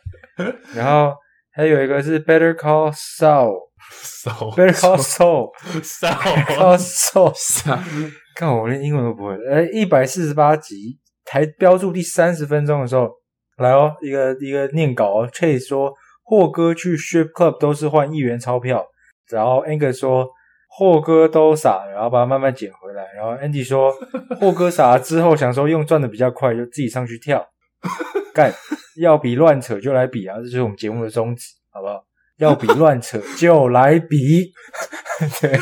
S4: 然后还有一个是 Better Call Saul，Better
S1: 骚
S4: Call Saul。
S1: 骚
S2: 哦
S4: 高手上，看我连英文都不会。呃，一百四十八集才标注第三十分钟的时候，来哦，一个一个念稿哦。Chase 说，霍哥去 strip club 都是换一元钞票，然后 Angus 说，霍哥都傻，然后把它慢慢捡回来。然后 Andy 说，霍哥傻了之后想说用赚的比较快，就自己上去跳，干，要比乱扯就来比啊，这就是我们节目的宗旨，好不好？要比乱扯就来比，对。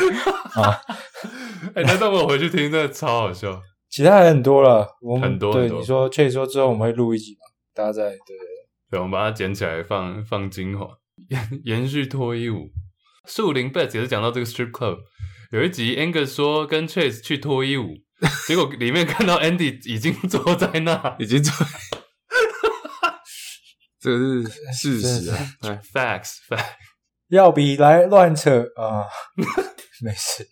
S1: 哎、那段我回去听，真的超好笑。
S4: 其他还很多了，我们
S1: 很多很
S4: 对
S1: 多
S4: 你说确实说之后我们会录一集嘛，大家再对
S1: 对，我们把它捡起来放放精华，延延续脱衣舞。树林 bet 也是讲到这个 strip club，有一集 Angus 说跟 Chase 去脱衣舞，结果里面 看到 Andy 已经坐在 那
S2: 已 经做，这个是事实啊。哎，
S1: ，facts facts，
S4: 要比来乱扯 啊，没事，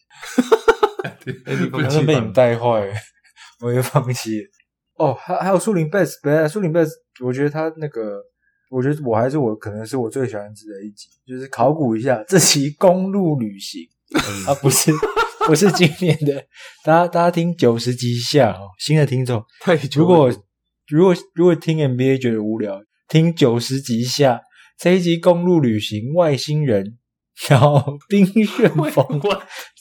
S2: 哎你
S4: 我真
S2: 放弃
S4: 的被你
S2: 吧
S4: 们。带坏 了，我也放弃了。哦，还还有树林 best，本来树林 best，我觉得他那个，我觉得我还是我可能是我最喜欢的一集，就是考古一下这期公路旅行
S1: 嗯
S4: 啊，不是 不是今年的，大家大家听九十集以下哦，新的听众。
S2: 太久
S4: 如
S2: 了
S4: 果如果如果听 NBA 觉得无聊，听九十集下这一集公路旅行外星人，然 后冰旋风，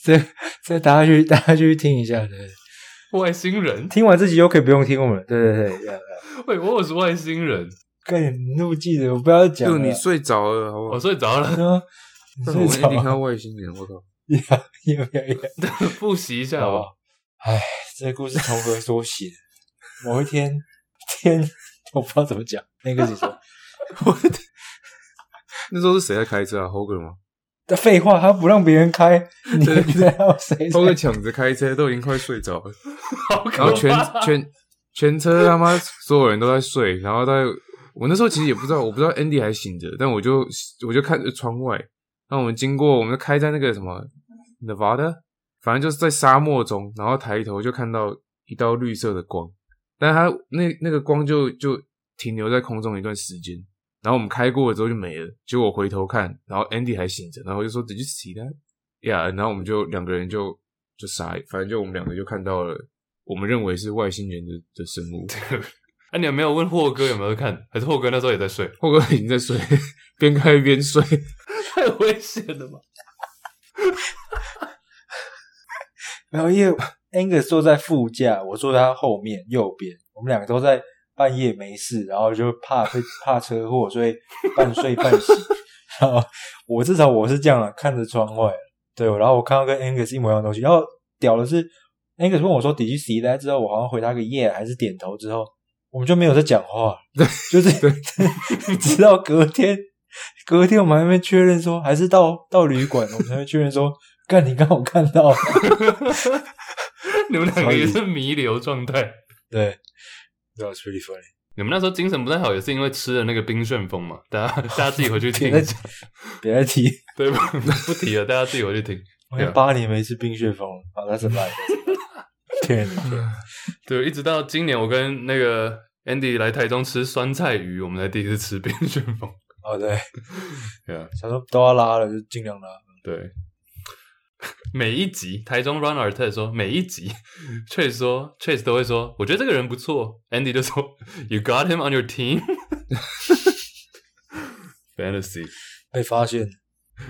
S4: 这这大家去大家去听一下，对，
S1: 外星人，
S4: 听完这集就可以不用听我们了，对对对，要要
S1: 喂，我是外星人，
S4: 干你那么记得，我不要讲
S2: 就
S4: 了，哦
S2: 你睡着了，好不好
S1: 我？睡着了，
S4: 说你
S2: 但
S4: 睡
S2: 我一
S4: 着
S2: 定
S4: 了，
S2: 看到外星人，我靠！
S4: 有有有，
S1: 复习一下
S4: 好
S1: 吧
S2: 哦
S4: 吧。哎，这故事从何说起的？某一天，天，我不知道怎么讲。那个你说，
S2: 那时候是谁在开车啊？Hogan 吗
S4: 这废话，他不让别人开，你
S2: 对
S4: 你在要 谁在？
S2: ？Hogan 抢着开车，都已经快睡着了。
S1: 好可怕
S2: 然后全全全车他妈所有人都在睡，然后在我那时候其实也不知道，我不知道 Andy 还醒着，但我就我就看着窗外，那我们经过，我们开在那个什么 Nevada，反正就是在沙漠中，然后抬头就看到一道绿色的光，但它那那个光就就停留在空中一段时间。然后我们开过了之后就没了，结果我回头看，然后 Andy 还醒着，然后我就说 Did you see that？呀、然后我们就两个人就就傻眼，反正就我们两个就看到了我们认为是外星人的的生物。
S1: 啊，你有没有问霍哥有没有看？还是霍哥那时候也在睡？
S2: 霍哥已经在睡， 边开边睡。
S1: 太危险了吧！
S4: 然后因为 Angus 坐在副驾，我坐在他后面右边，我们两个都在半夜没事，然后就怕被怕车祸，所以半睡半醒。 然后我至少我是这样了，看着窗外，对，然后我看到跟 Angus 一模一样的东西。然后屌的是，Angus 问我说 “Did you see that？” 之后，我好像回他个 “Yeah” 还是点头之后，我们就没有在讲话，就是 直到隔天。隔天我们还没确认说，还是到到旅馆，我们才会确认说，干你刚好看到，
S1: 你们两个也是弥留状态。
S4: 对，That was pretty funny。
S1: 你们那时候精神不太好，也是因为吃了那个冰旋风嘛？ 大家大家自己回去听
S4: 别，再别再 提，
S1: 对吧？不提了，大家自己回去听。
S4: 我有八年没吃冰旋风了。好，那是 烂，骗你骗你。
S1: 对，一直到今年，我跟那个 Andy 来台中吃酸菜鱼，我们才第一次吃冰旋风。
S4: 哦， 对，
S1: 对啊，
S4: 想说都要拉了，就尽量拉。
S1: 对。每一集，台中 Run Art 说每一集，Chase 说 Chase 都会说，我觉得这个人不错。Andy 就说，You got him on your team 。Fantasy，
S4: 被发现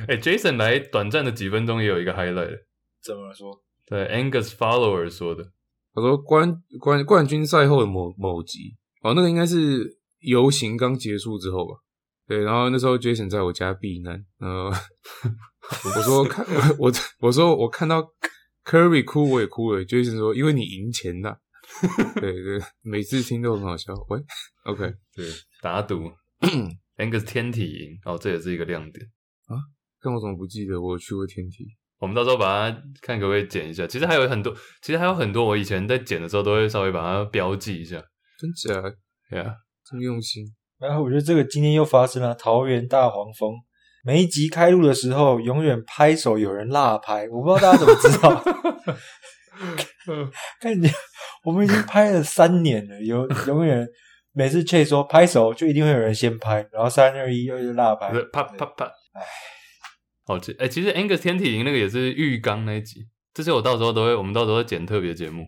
S1: 哎、j a s o n 来短暂的几分钟也有一个 highlight，
S4: 怎么说？
S1: 对 Angus follower 说的，
S2: 我说冠冠冠军赛后的某某集，哦，那个应该是游行刚结束之后吧。对，然后那时候 Jason 在我家避难，呃，我说看我我说我看到 Curry 哭我也哭了，Jason 说因为你赢钱呐、对对，每次听都很好笑。喂，OK
S1: 对，打赌 Angus 天体赢，哦，这也是一个亮点。
S2: 但我怎么不记得我有去过天体？
S1: 我们到时候把它看可不可以剪一下。其实还有很多，其实还有很多，我以前在剪的时候都会稍微把它标记一下。
S2: 真假？
S1: Yeah，
S2: 这么用心？
S4: 然后我觉得这个今天又发生了，桃园大黄蜂。每一集开录的时候，永远拍手有人落拍，我不知道大家怎么知 道。看你，我们已经拍了三年了，有永远每次 Chase 说拍手，就一定会有人先拍，然后三二一又是落拍
S1: 不是，啪啪啪，哦，其哎、其实 Angus 天体营那个也是浴缸那一集，这些我到时候都会，我们到时候会剪特别节目。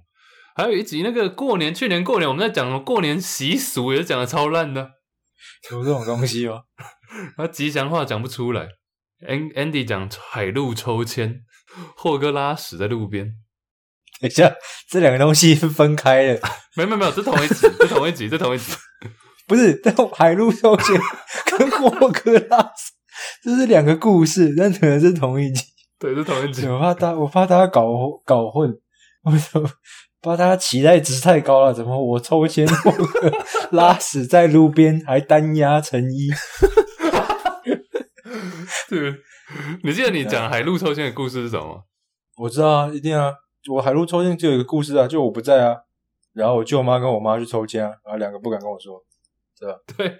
S1: 还有一集那个过年，去年过年我们在讲什么过年习俗，也是讲的超烂的，
S4: 有这种东西吗？
S1: 他吉祥话讲不出来。An Andy 讲海陆抽签，霍哥拉屎在路边，
S4: 等一下，这两个东西是分开的，
S1: 没有没有没有，这同一集，这同一集，这同一集。
S4: 不是？但海陆收钱跟霍格拉斯这是两个故事，但可能是同一集。
S1: 对，是同一集。
S4: 我怕他，我怕他搞搞混，我怎么怕他期待值太高了？怎么我抽签霍格拉屎在路边还单压成一？
S1: 对，你记得你讲海陆抽签的故事是什么？
S4: 我知道啊，一定啊！我海陆抽签只有一个故事啊，就我不在啊，然后我舅妈跟我妈去抽签啊，然后两个不敢跟我说，
S1: 对，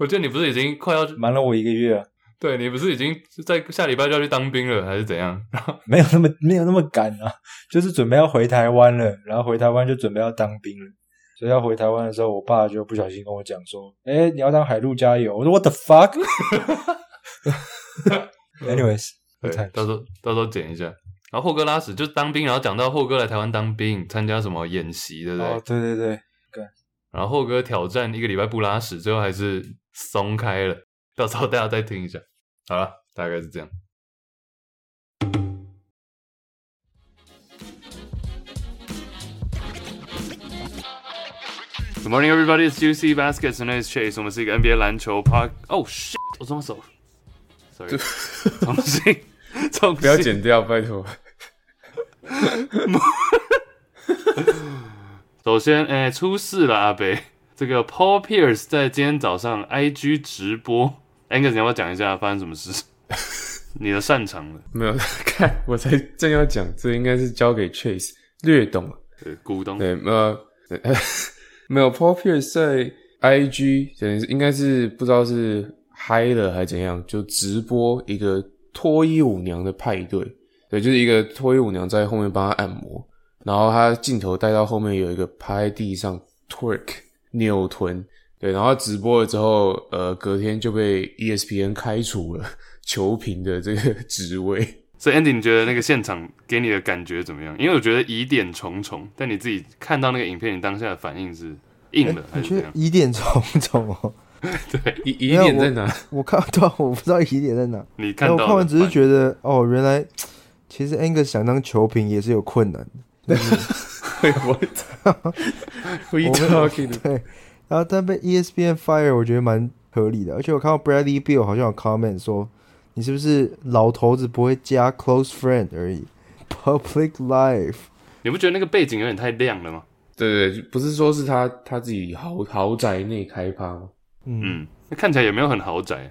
S1: 我记得你不是已经快要，
S4: 瞒了我一个月啊。
S1: 对你不是已经在下礼拜就要去当兵了，还是怎样？
S4: 没有那么没有那么赶啊，就是准备要回台湾了，然后回台湾就准备要当兵了，所以要回台湾的时候，我爸就不小心跟我讲说：“哎、你要当海陆加油。”我说：“What the fuck 。”Anyways，
S1: 对
S4: 太，
S1: 到时候到时候剪一下。然后霍哥拉屎就是当兵，然后讲到霍哥来台湾当兵，参加什么演习，对不对？
S4: 哦，对对对，
S1: 然后霍哥挑战一个礼拜不拉屎，最后还是松开了。到时候大家再听一下。好了，大概是这样。Good morning, everybody. It's Juicy Baskets. Tonight is Chase. 我们是一个 NBA 篮球 park。Oh shit！我装手。Sorry，重 新，重新。
S2: 不要剪掉，拜托。
S1: 首先，哎、出事了，阿北， 这个 Paul Pierce 在今天早上 IG 直播，Angus 你要不要讲一下发生什么 事？你的擅长的，
S2: 没有 看，我才正要讲，这应该是交给 Chase 略懂。
S1: 对，股东，
S2: 对，呃，对 没有 Paul Pierce 在 IG 等于是应该是不知道是嗨了还是怎样，就直播一个脱衣舞娘的派对，对，就是一个脱衣舞娘在后面帮他按摩，然后他镜头带到后面有一个趴在地上 twerk 扭臀，对，然后他直播了之后，呃，隔天就被 E ESPN 开除了球评的这个职位。
S1: 所以 Andy 你觉得那个现场给你的感觉怎么样？因为我觉得疑点重重，但你自己看到那个影片，你当下的反应是硬了还是
S5: 你
S1: 怎
S5: 觉得
S1: 样？
S5: 疑点重重哦？
S2: 疑疑
S5: 没有
S2: 点在
S5: 我
S2: 哪？
S5: 我看 到我不知道疑点在哪。
S1: 你
S5: 然
S1: 看
S5: 后
S1: 到了
S5: 我看完只是
S1: 反应
S5: 觉得，哦，原来其实 Angus 想当球评也是有困难的。
S2: Wait, what? What are you talking?
S5: 对，然后但被 E ESPN fire 我觉得蛮合理的，而且我看到 Bradley Bill 好像有 comment 说，你是不是老头子不会加 close friend 而已，public life。
S1: 你不觉得那个背景有点太亮了吗？
S2: 对对，不是说是他他自己豪豪宅内开趴吗？
S1: 嗯，那看起来也没有很豪 宅。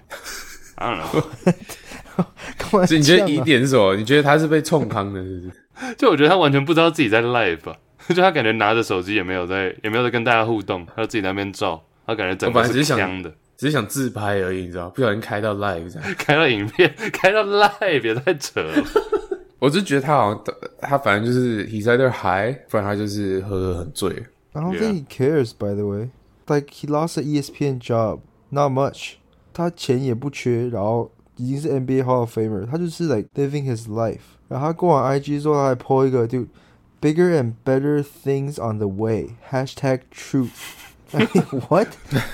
S1: I don't know，
S5: 干嘛、啊？
S2: 所以你觉得疑点是什么？你觉得他是被冲康的，是不 是？
S1: 就我觉得他完全不知道自己在 live 吧， 就他感觉拿着手机也没有在，也没有在跟大家互动，他就自己在那边照，他感觉整
S2: 我本
S1: 个
S2: 来只
S1: 是
S2: 是想
S1: 香的，
S2: 只是想自拍而已，你知道？不小心开到 live 这样。
S1: 开到影片， 开到 live，别太扯了。
S2: 我就觉得他好像他反正就是 he's either high，不然他就是喝得很醉。
S5: I don't
S1: Yeah.
S5: think he cares, by the way. Like he lost E an ESPN job, not much. 他钱也不缺，然后已经是 NBA Hall of Famer，他就是 like living his life。然后他过完 IG 之后，他还 po 一个就 bigger and better things on the way hashtag truth。I mean, what？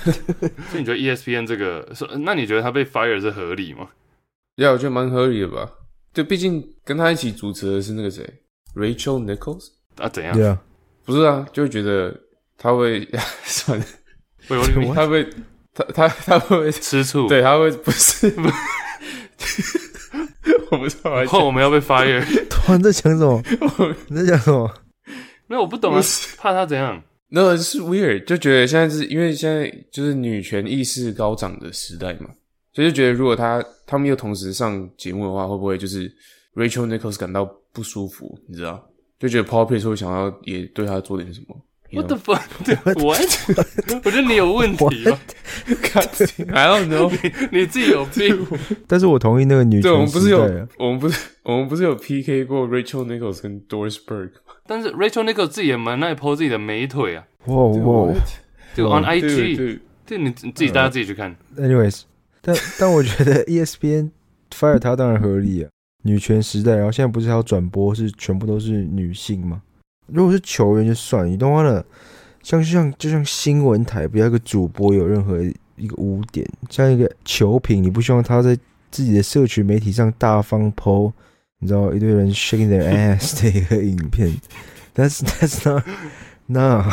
S1: 所以你觉得 E ESPN 这个，说那你觉得他被 fire 是合理吗？
S2: 呀，我觉得蛮合理的吧。就毕竟跟他一起主持的是那个谁，Rachel Nichols，
S1: 啊，怎样？
S5: Yeah，
S2: 不是啊？就会觉得他会 算了，
S1: 会有 点
S2: 他会他他他会不会
S1: 吃醋。，
S2: 对，他会不是不是，我不知道我在讲，
S1: 后我们要被 fire，
S5: 突然在讲 什么？你在讲什么？
S1: 没有我不懂啊
S2: 不，是
S1: 怕他怎样？
S2: 那是 weird，就觉得现在是因为现在就是女权意识高涨的时代嘛，所以就觉得如果他他们又同时上节目的话，会不会就是 Rachel Nichols 感到不舒服？你知道，就觉得 Paul Pierce 会想要也对他做点什么。
S1: 我的 fuck，我 我觉得你有问题吧？
S2: I don't know，
S1: 你自己有 病。
S5: 但是我同意那个女
S2: 对我
S5: 权
S2: 们不是
S5: 时
S2: 有
S5: 代啊。
S2: 我们不是我们不是有 PK 过 Rachel Nichols 跟 Doris Berg 吗？
S1: 但是 Rachel Nichols 自己也蛮爱 po 自己的美腿啊，
S5: 哇哇
S1: 就 on
S2: 对对
S1: IG，
S2: 对，
S1: 就你你自己大家自己去看。
S5: Anyways，但但我觉得 E ESPN fire 他当然合理啊，女权时代，然后现在不是还有转播是全部都是女性吗？如果是球员就算，你懂了，像像就像新闻台，不要一个主播有任何一个污点，像一个球评，你不希望他在自己的社群媒体上大方 PO，你知道一堆人 shaking their ass 的一个影片，That's that's not no。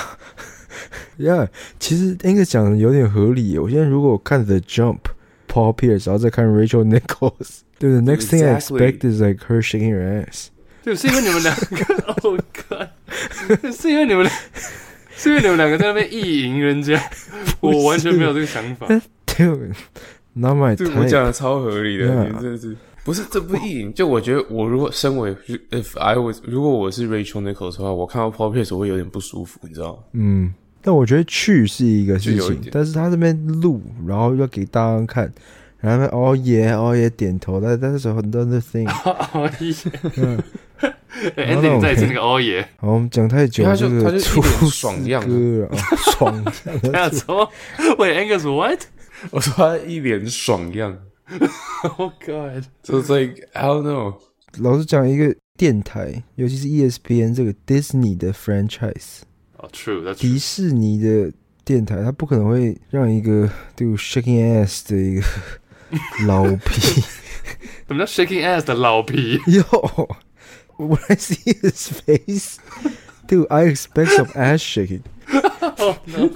S5: Yeah，其实 Angus 讲的有点合理耶。我现在如果看 The Jump、Paul Pierce，然后再看 Rachel Nichols，对，The next thing I
S2: Exactly.
S5: expect is like her shaking her ass。
S1: 对，是因为你们两个，Oh God，是因为你们两，是因为你们两个在那边意淫人家，我完全没有这个想法。
S5: Dude, not my
S2: 对我
S5: type.
S2: 讲的超合理的，
S5: Yeah
S2: 你真的是不是这不意淫？就我觉得，我如果身为 if I was 如果我是 Rachel Nichols 的话，我看到 Paul Pierce 我会有点不舒服，你知道吗？
S5: 嗯，但我觉得去是一个事
S2: 就有一
S5: 情
S2: 点，
S5: 但是他这边录，然后要给大家看，然后他们哦耶哦耶点头，但但是很多 other thing。
S1: 哦耶
S5: 嗯
S1: 哎，Andy，你再一次那个哦耶，
S5: 好，我们讲太久
S2: 因为
S5: 了，
S2: 他就
S5: 这
S2: 他就
S5: 个
S2: 一
S5: 出
S2: 脸
S5: 死
S2: 爽样
S5: 歌啊，爽啊
S1: 等下什哎么？喂，Angus，what？
S2: 我说他一脸爽样，
S1: Oh God！
S2: 就是 like I don't know，
S5: 老实讲，一个电台，尤其是 E ESPN 这个 Disney 的 franchise，
S1: 哦、t r u e t h a t
S5: 迪
S1: s
S5: 士尼的电台，它不可能会让一个 do shaking ass 的一个 老皮
S1: 什么叫 shaking ass 的老皮？
S5: 哟。When I see his face, dude, I expect some ass shaking。
S1: 哦 no！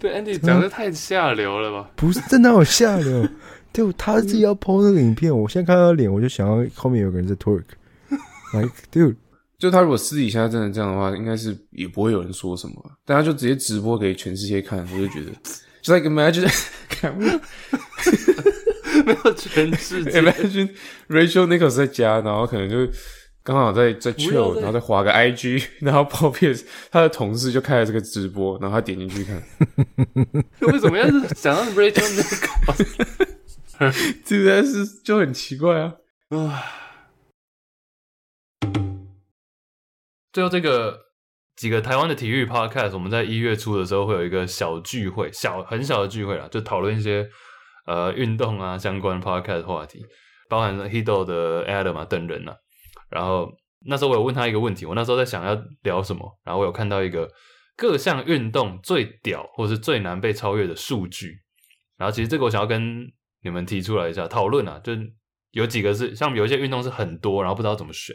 S1: 对，Andy 讲的太下流了吧？
S5: 不是，真的好下流。对，他自己要 PO 那个影片，我现在看到他的脸，我就想要后面有个人在 twerk。Like, dude,
S2: 就他如果私底下真的这样的话，应该是也不会有人说什么啊，大家就直接直播给全世界看，我就觉得， 就 like imagine 看我
S1: 没有全世界，
S5: 哎
S2: imagine Rachel Nichols 在家，然后可能就刚好在在
S1: 不要
S2: chill，
S1: 再
S2: 然后再划个 IG，然 后 p o p i s 他的同事就开了这个直播，然后他点进去 看，
S1: 为什么要是讲到 Rachel Nichols？
S2: 这个啊是就很奇怪啊。
S1: 最后这个几个台湾的体育 podcast，我们在一月初的时候会有一个小聚会，小很小的聚会啦，就讨论一些呃运动啊相关 podcast 话题，包含了 Hido 的 Adam 啊等人啊。然后那时候我有问他一个问题，我那时候在想要聊什么，然后我有看到一个各项运动最屌或是最难被超越的数据，然后其实这个我想要跟你们提出来一下讨论啊，就有几个是像有一些运动是很多，然后不知道怎么选。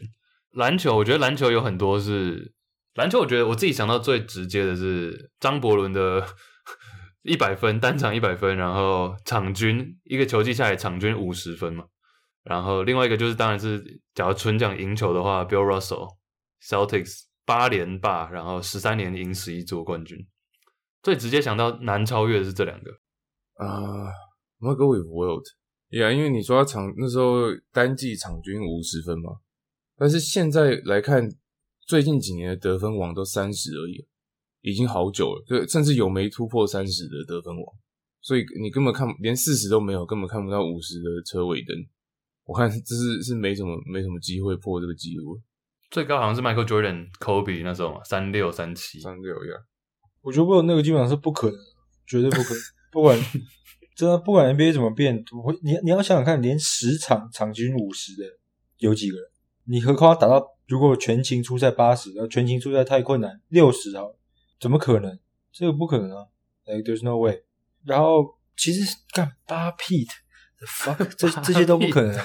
S1: 篮球，我觉得篮球有很多是篮球，我觉得我自己想到最直接的是张伯伦的 一百分单场一百分，然后场均一个球季下来场均五十分嘛。然后另外一个就是，当然是假如纯讲赢球的话，Bill Russell Celtics 八连霸，然后十三年赢十一座冠军。最直接想到难超越的是这两个，
S2: 啊、我 i m go with World。Yeah，因为你说他场那时候单季场均五十分嘛，但是现在来看，最近几年的得分王都三十而已，已经好久了，对，甚至有没突破三十的得分王，所以你根本看连四十都没有，根本看不到五十的车尾灯。我看这是是没什么没什么机会破这个记录了，
S1: 最高好像是 Michael Jordan、Kobe 那时候嘛，三六三七。
S2: 三六呀，
S4: 我觉得 Will 那个基本上是不可能，绝对不可能。不管真的不管 NBA 怎么变，我会你你要想想看，连十场场均五十的有几个人？你何况他打到如果全勤出赛八十，然后全勤出赛太困难，六十好了，怎么可能？这个不可能啊！Like there's no way。然后其实干八 Pete。fuck，这这些都不可能、啊。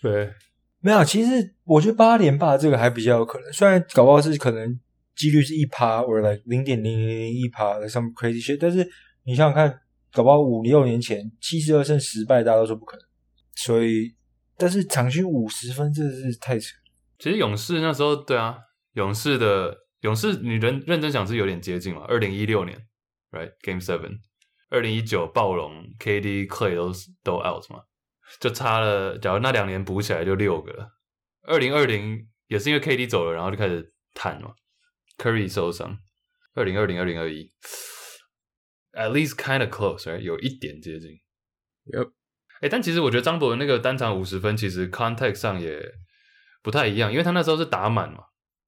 S1: 对，
S4: 没有，其实我觉得八连霸这个还比较有可能，虽然搞不好是可能几率是一趴或者 like 零点零零零一趴 like some crazy shit，但是你想想看，搞不好五六年前七十二胜十败，大家都说不可能，所以但是场均五十分真的是太扯。
S1: 其实勇士那时候，对啊，勇士的勇士，你认认真想是有点接近嘛。二零一六年，right Game Seven，二零一九暴龙 KD Clay 都是都 out 嘛，就差了。假如那两年补起来就六个了。二零二零也是因为 KD 走了，然后就开始探嘛，Curry 受伤。二零二零二零二一，at least kind of close，right 有一点接近。
S2: Yep
S1: 哎、但其实我觉得张伯伦那个单场五十分，其实 context 上也不太一样，因为他那时候是打满嘛，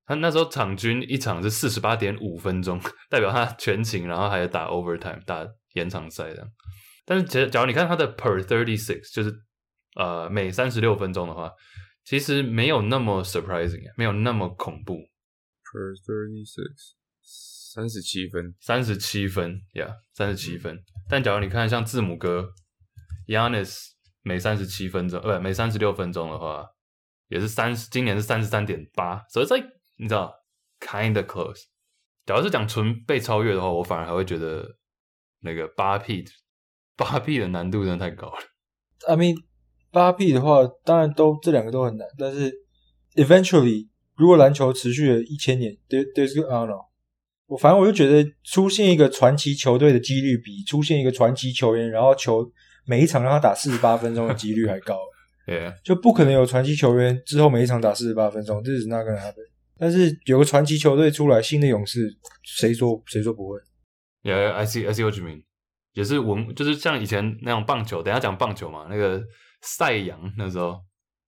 S1: 他那时候场均一场是四十八点五分钟， 代表他全勤，然后还有打 overtime 打延长赛这样。但是假假如你看他的 per thirty six，就是呃每三十六分钟的话，其实没有那么 surprising，没有那么恐怖，
S2: ，per thirty six，三十七分，
S1: 三十七分呀，三十七分。但假如你看像字母哥 Yanis 每三十七分钟，呃，不每三十六分钟的话，也是三十，今年是三十三点八，所以在你知道 kind of close。假如是讲纯被超越的话，我反而还会觉得那个八 P 八 P 的难度真的太高了。
S4: I mean，八 P 的话，当然都这两个都很难，但是 eventually 如果篮球持续了一千年，there there's I don't know，我反正我就觉得出现一个传奇球队的几率比出现一个传奇球员，然后球每一场让他打四十八分钟的几率还高，
S1: Yeah，
S4: 就不可能有传奇球员之后每一场打四十八分钟，这是 not gonna happen。但是有个传奇球队出来，新的勇士，谁说谁说不会？
S1: Yeah, I see, I see what you mean。也是文，就是像以前那种棒球，等一下讲棒球嘛，那个赛扬那时候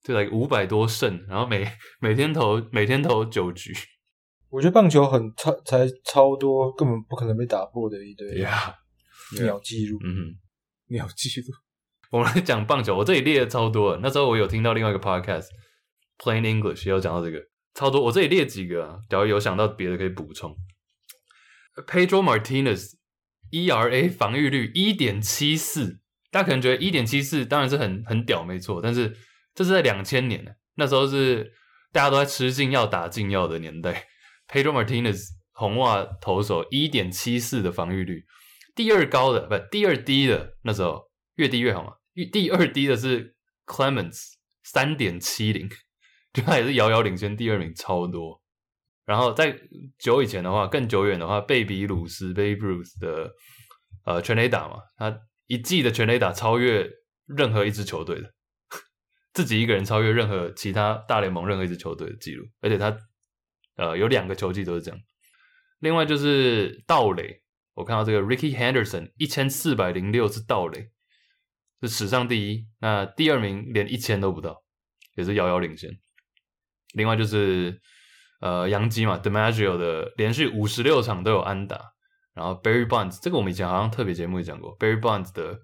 S1: 就来五百多胜，然后每每天投每天投九局。
S4: 我觉得棒球很超才超多，根本不可能被打破的一堆
S1: Yeah，
S4: 鸟记录。
S1: 嗯哼，
S2: 秒记录。
S1: 我们来讲棒球，我这里列的超多了。那时候我有听到另外一个 podcast Plain English 也有讲到这个，超多。我这里列几个、啊，假如有想到别的可以补充。Pedro Martinez ERA 防御率一点七四，大家可能觉得一点七四当然是很很屌，没错，但是这是在两千年呢，那时候是大家都在吃禁药打禁药的年代。Pedro Martinez 红袜投手一点七四的防御率，第二高的不第二低的那时候越低越好嘛，第二低的是 Clemens 三点七零，就他也是遥遥领先第二名超多。然后在久以前的话，更久远的话，贝比鲁斯 （Babe Ruth） 的呃全垒打嘛，他一季的全垒打超越任何一支球队的，自己一个人超越任何其他大联盟任何一支球队的记录，而且他呃有两个球季都是这样。另外就是盗垒，我看到这个 Ricky Henderson 一千四百零六次盗垒，是史上第一。那第二名连一千都不到，也是遥遥领先。另外就是呃，杨基嘛，DiMaggio 的连续五十六场都有安打，然后 Barry Bonds 这个我们以前好像特别节目也讲过，Barry Bonds 的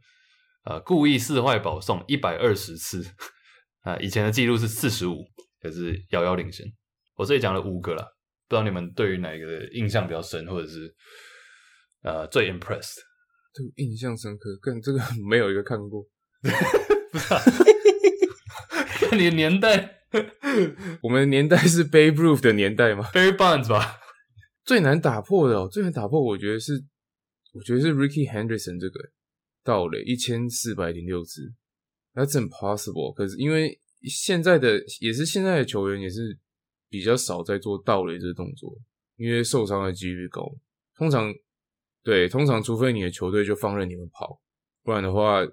S1: 呃故意四坏保送一百二十次， 啊、以前的记录是四十五，也是遥遥领先。我这里讲了五个啦，不知道你们对于哪一个印象比较深，或者是呃最 impressed？
S2: 这个印象深刻，但这个 没有一个看过。
S1: 看你的年代
S2: 我们的年代是 Babe Ruth 的年代吗？
S1: ，Barry Bonds 吧？
S2: 最难打破的、哦，最难打破，我觉得是，我觉得是 Ricky Henderson 这个盗垒一千四百零六支，That's impossible。可是因为现在的也是现在的球员也是比较少在做盗垒这个动作，因为受伤的几率高。通常对，通常除非你的球队就放任你们跑，不然的话，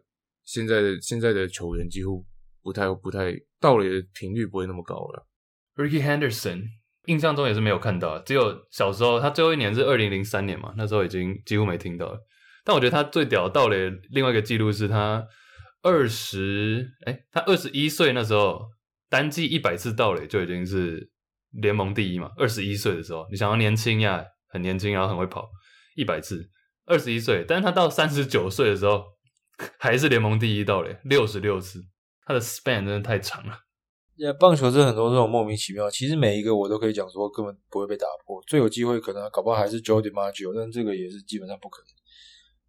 S2: 现在的现在的球员几乎不太不太盗垒的频率不会那么高了。
S1: Ricky Henderson，印象中也是没有看到，只有小时候他最后一年是二零零三年嘛，那时候已经几乎没听到了。但我觉得他最屌到了另外一个记录是他二十，哎，他二十一岁那时候单季一百次盗垒就已经是联盟第一嘛。二十一岁的时候，你想要年轻呀，很年轻，然后很会跑，一百次，二十一岁，但是他到三十九岁的时候还是联盟第一盗垒，六十六次，他的 span 真的太长了。
S4: 也棒球是很多这种莫名其妙，其实每一个我都可以讲说根本不会被打破，最有机会可能搞不好还是 Joe DiMaggio，但这个也是基本上不可能，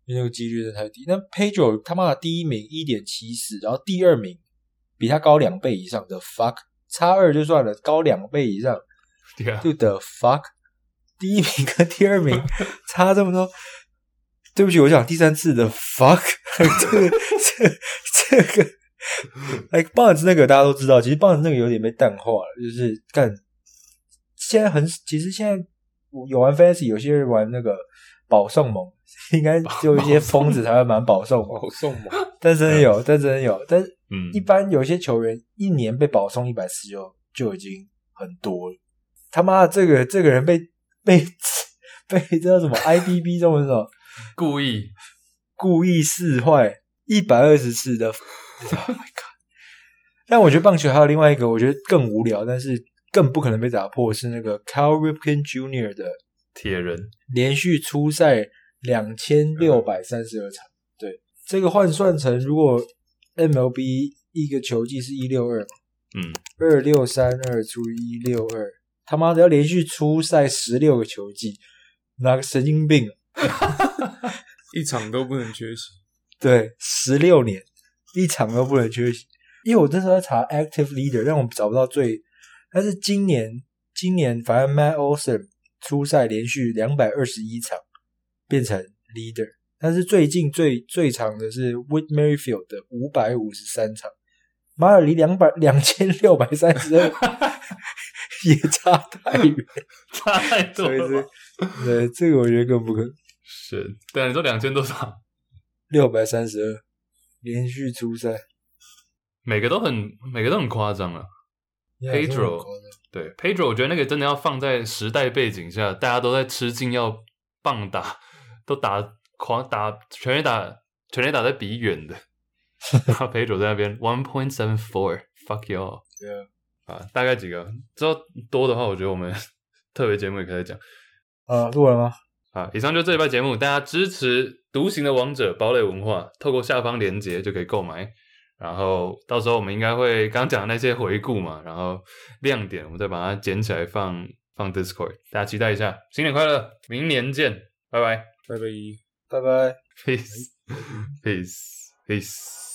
S4: 因为那个几率真的太低。那 Pedro 他妈的第一名一点七四，然后第二名比他高两倍以上的 fuck，差二就算了，高两倍以上
S1: 对啊，
S4: 就的 fuck，第一名跟第二名差这么多。 对不起，我想第三次的 fuck，这 个这这个，哎，棒子那个大家都知道，其实棒子那个有点被淡化了，就是干。现在很，其实现在有玩 fantasy，有些人玩那个保送盟，应该只有一些疯子才会玩保送
S1: 哦
S4: 盟，
S2: 保送嘛，
S4: 但真的有，但真的有，但
S1: 嗯
S4: 一，般有些球员一年被保送一百次就就已经很多了。他妈的，这个这个人被被被这叫什么 IBB 中文是什么
S1: 故意
S4: 故意试坏一百二十次的，Oh my god！但我觉得棒球还有另外一个，我觉得更无聊，但是更不可能被打破是那个 Cal Ripken Jr. 的
S1: 铁人，
S4: 连续出赛两千六百三十二场。对，这个换算成如果 MLB 一个球季是一六二嘛，
S1: 嗯，
S4: 二六三二除以一六二，他妈的要连续出赛十六个球季，哪个神经病啊？
S2: 一场都不能缺席。
S4: 对，十六年一场都不能缺席。因为我那时候在查 active leader，但我找不到最，但是今年今年反正 Matt Olson 出赛连续两百二十一场变成 leader，但是最近最最长的是 Whit Merrifield 的五百五十三场，马尔离两百两千六百三十二也差 太远，
S1: 差 太多
S4: 所以
S1: 了吧。
S4: 这对这个我觉得更不可能。
S1: 是，对啊，你说两千多场，
S4: 六百三十二连续出赛
S1: 每个都很每个都很夸张啊。
S4: Yeah，这么
S1: Pedro
S4: 夸张
S1: 对，Pedro，我觉得那个真的要放在时代背景下，大家都在吃禁药棒打， 都打狂打全垒打，全垒打在比远的， 然后 Pedro 在那边 one point seven four，fuck you all。
S4: 对啊
S1: 啊，大概几个，之后多的话，我觉得我们 特别节目也可以再讲。
S4: 啊，录了吗？
S1: 啊，以上就是这礼拜节目，大家支持独行的王者堡垒文化，透过下方链接就可以购买。然后到时候我们应该会刚讲的那些回顾嘛，然后亮点我们再把它捡起来放放 Discord，大家期待一下。新年快乐，明年见，拜拜
S2: 拜拜。
S4: 拜拜。
S1: ，peace，peace，peace。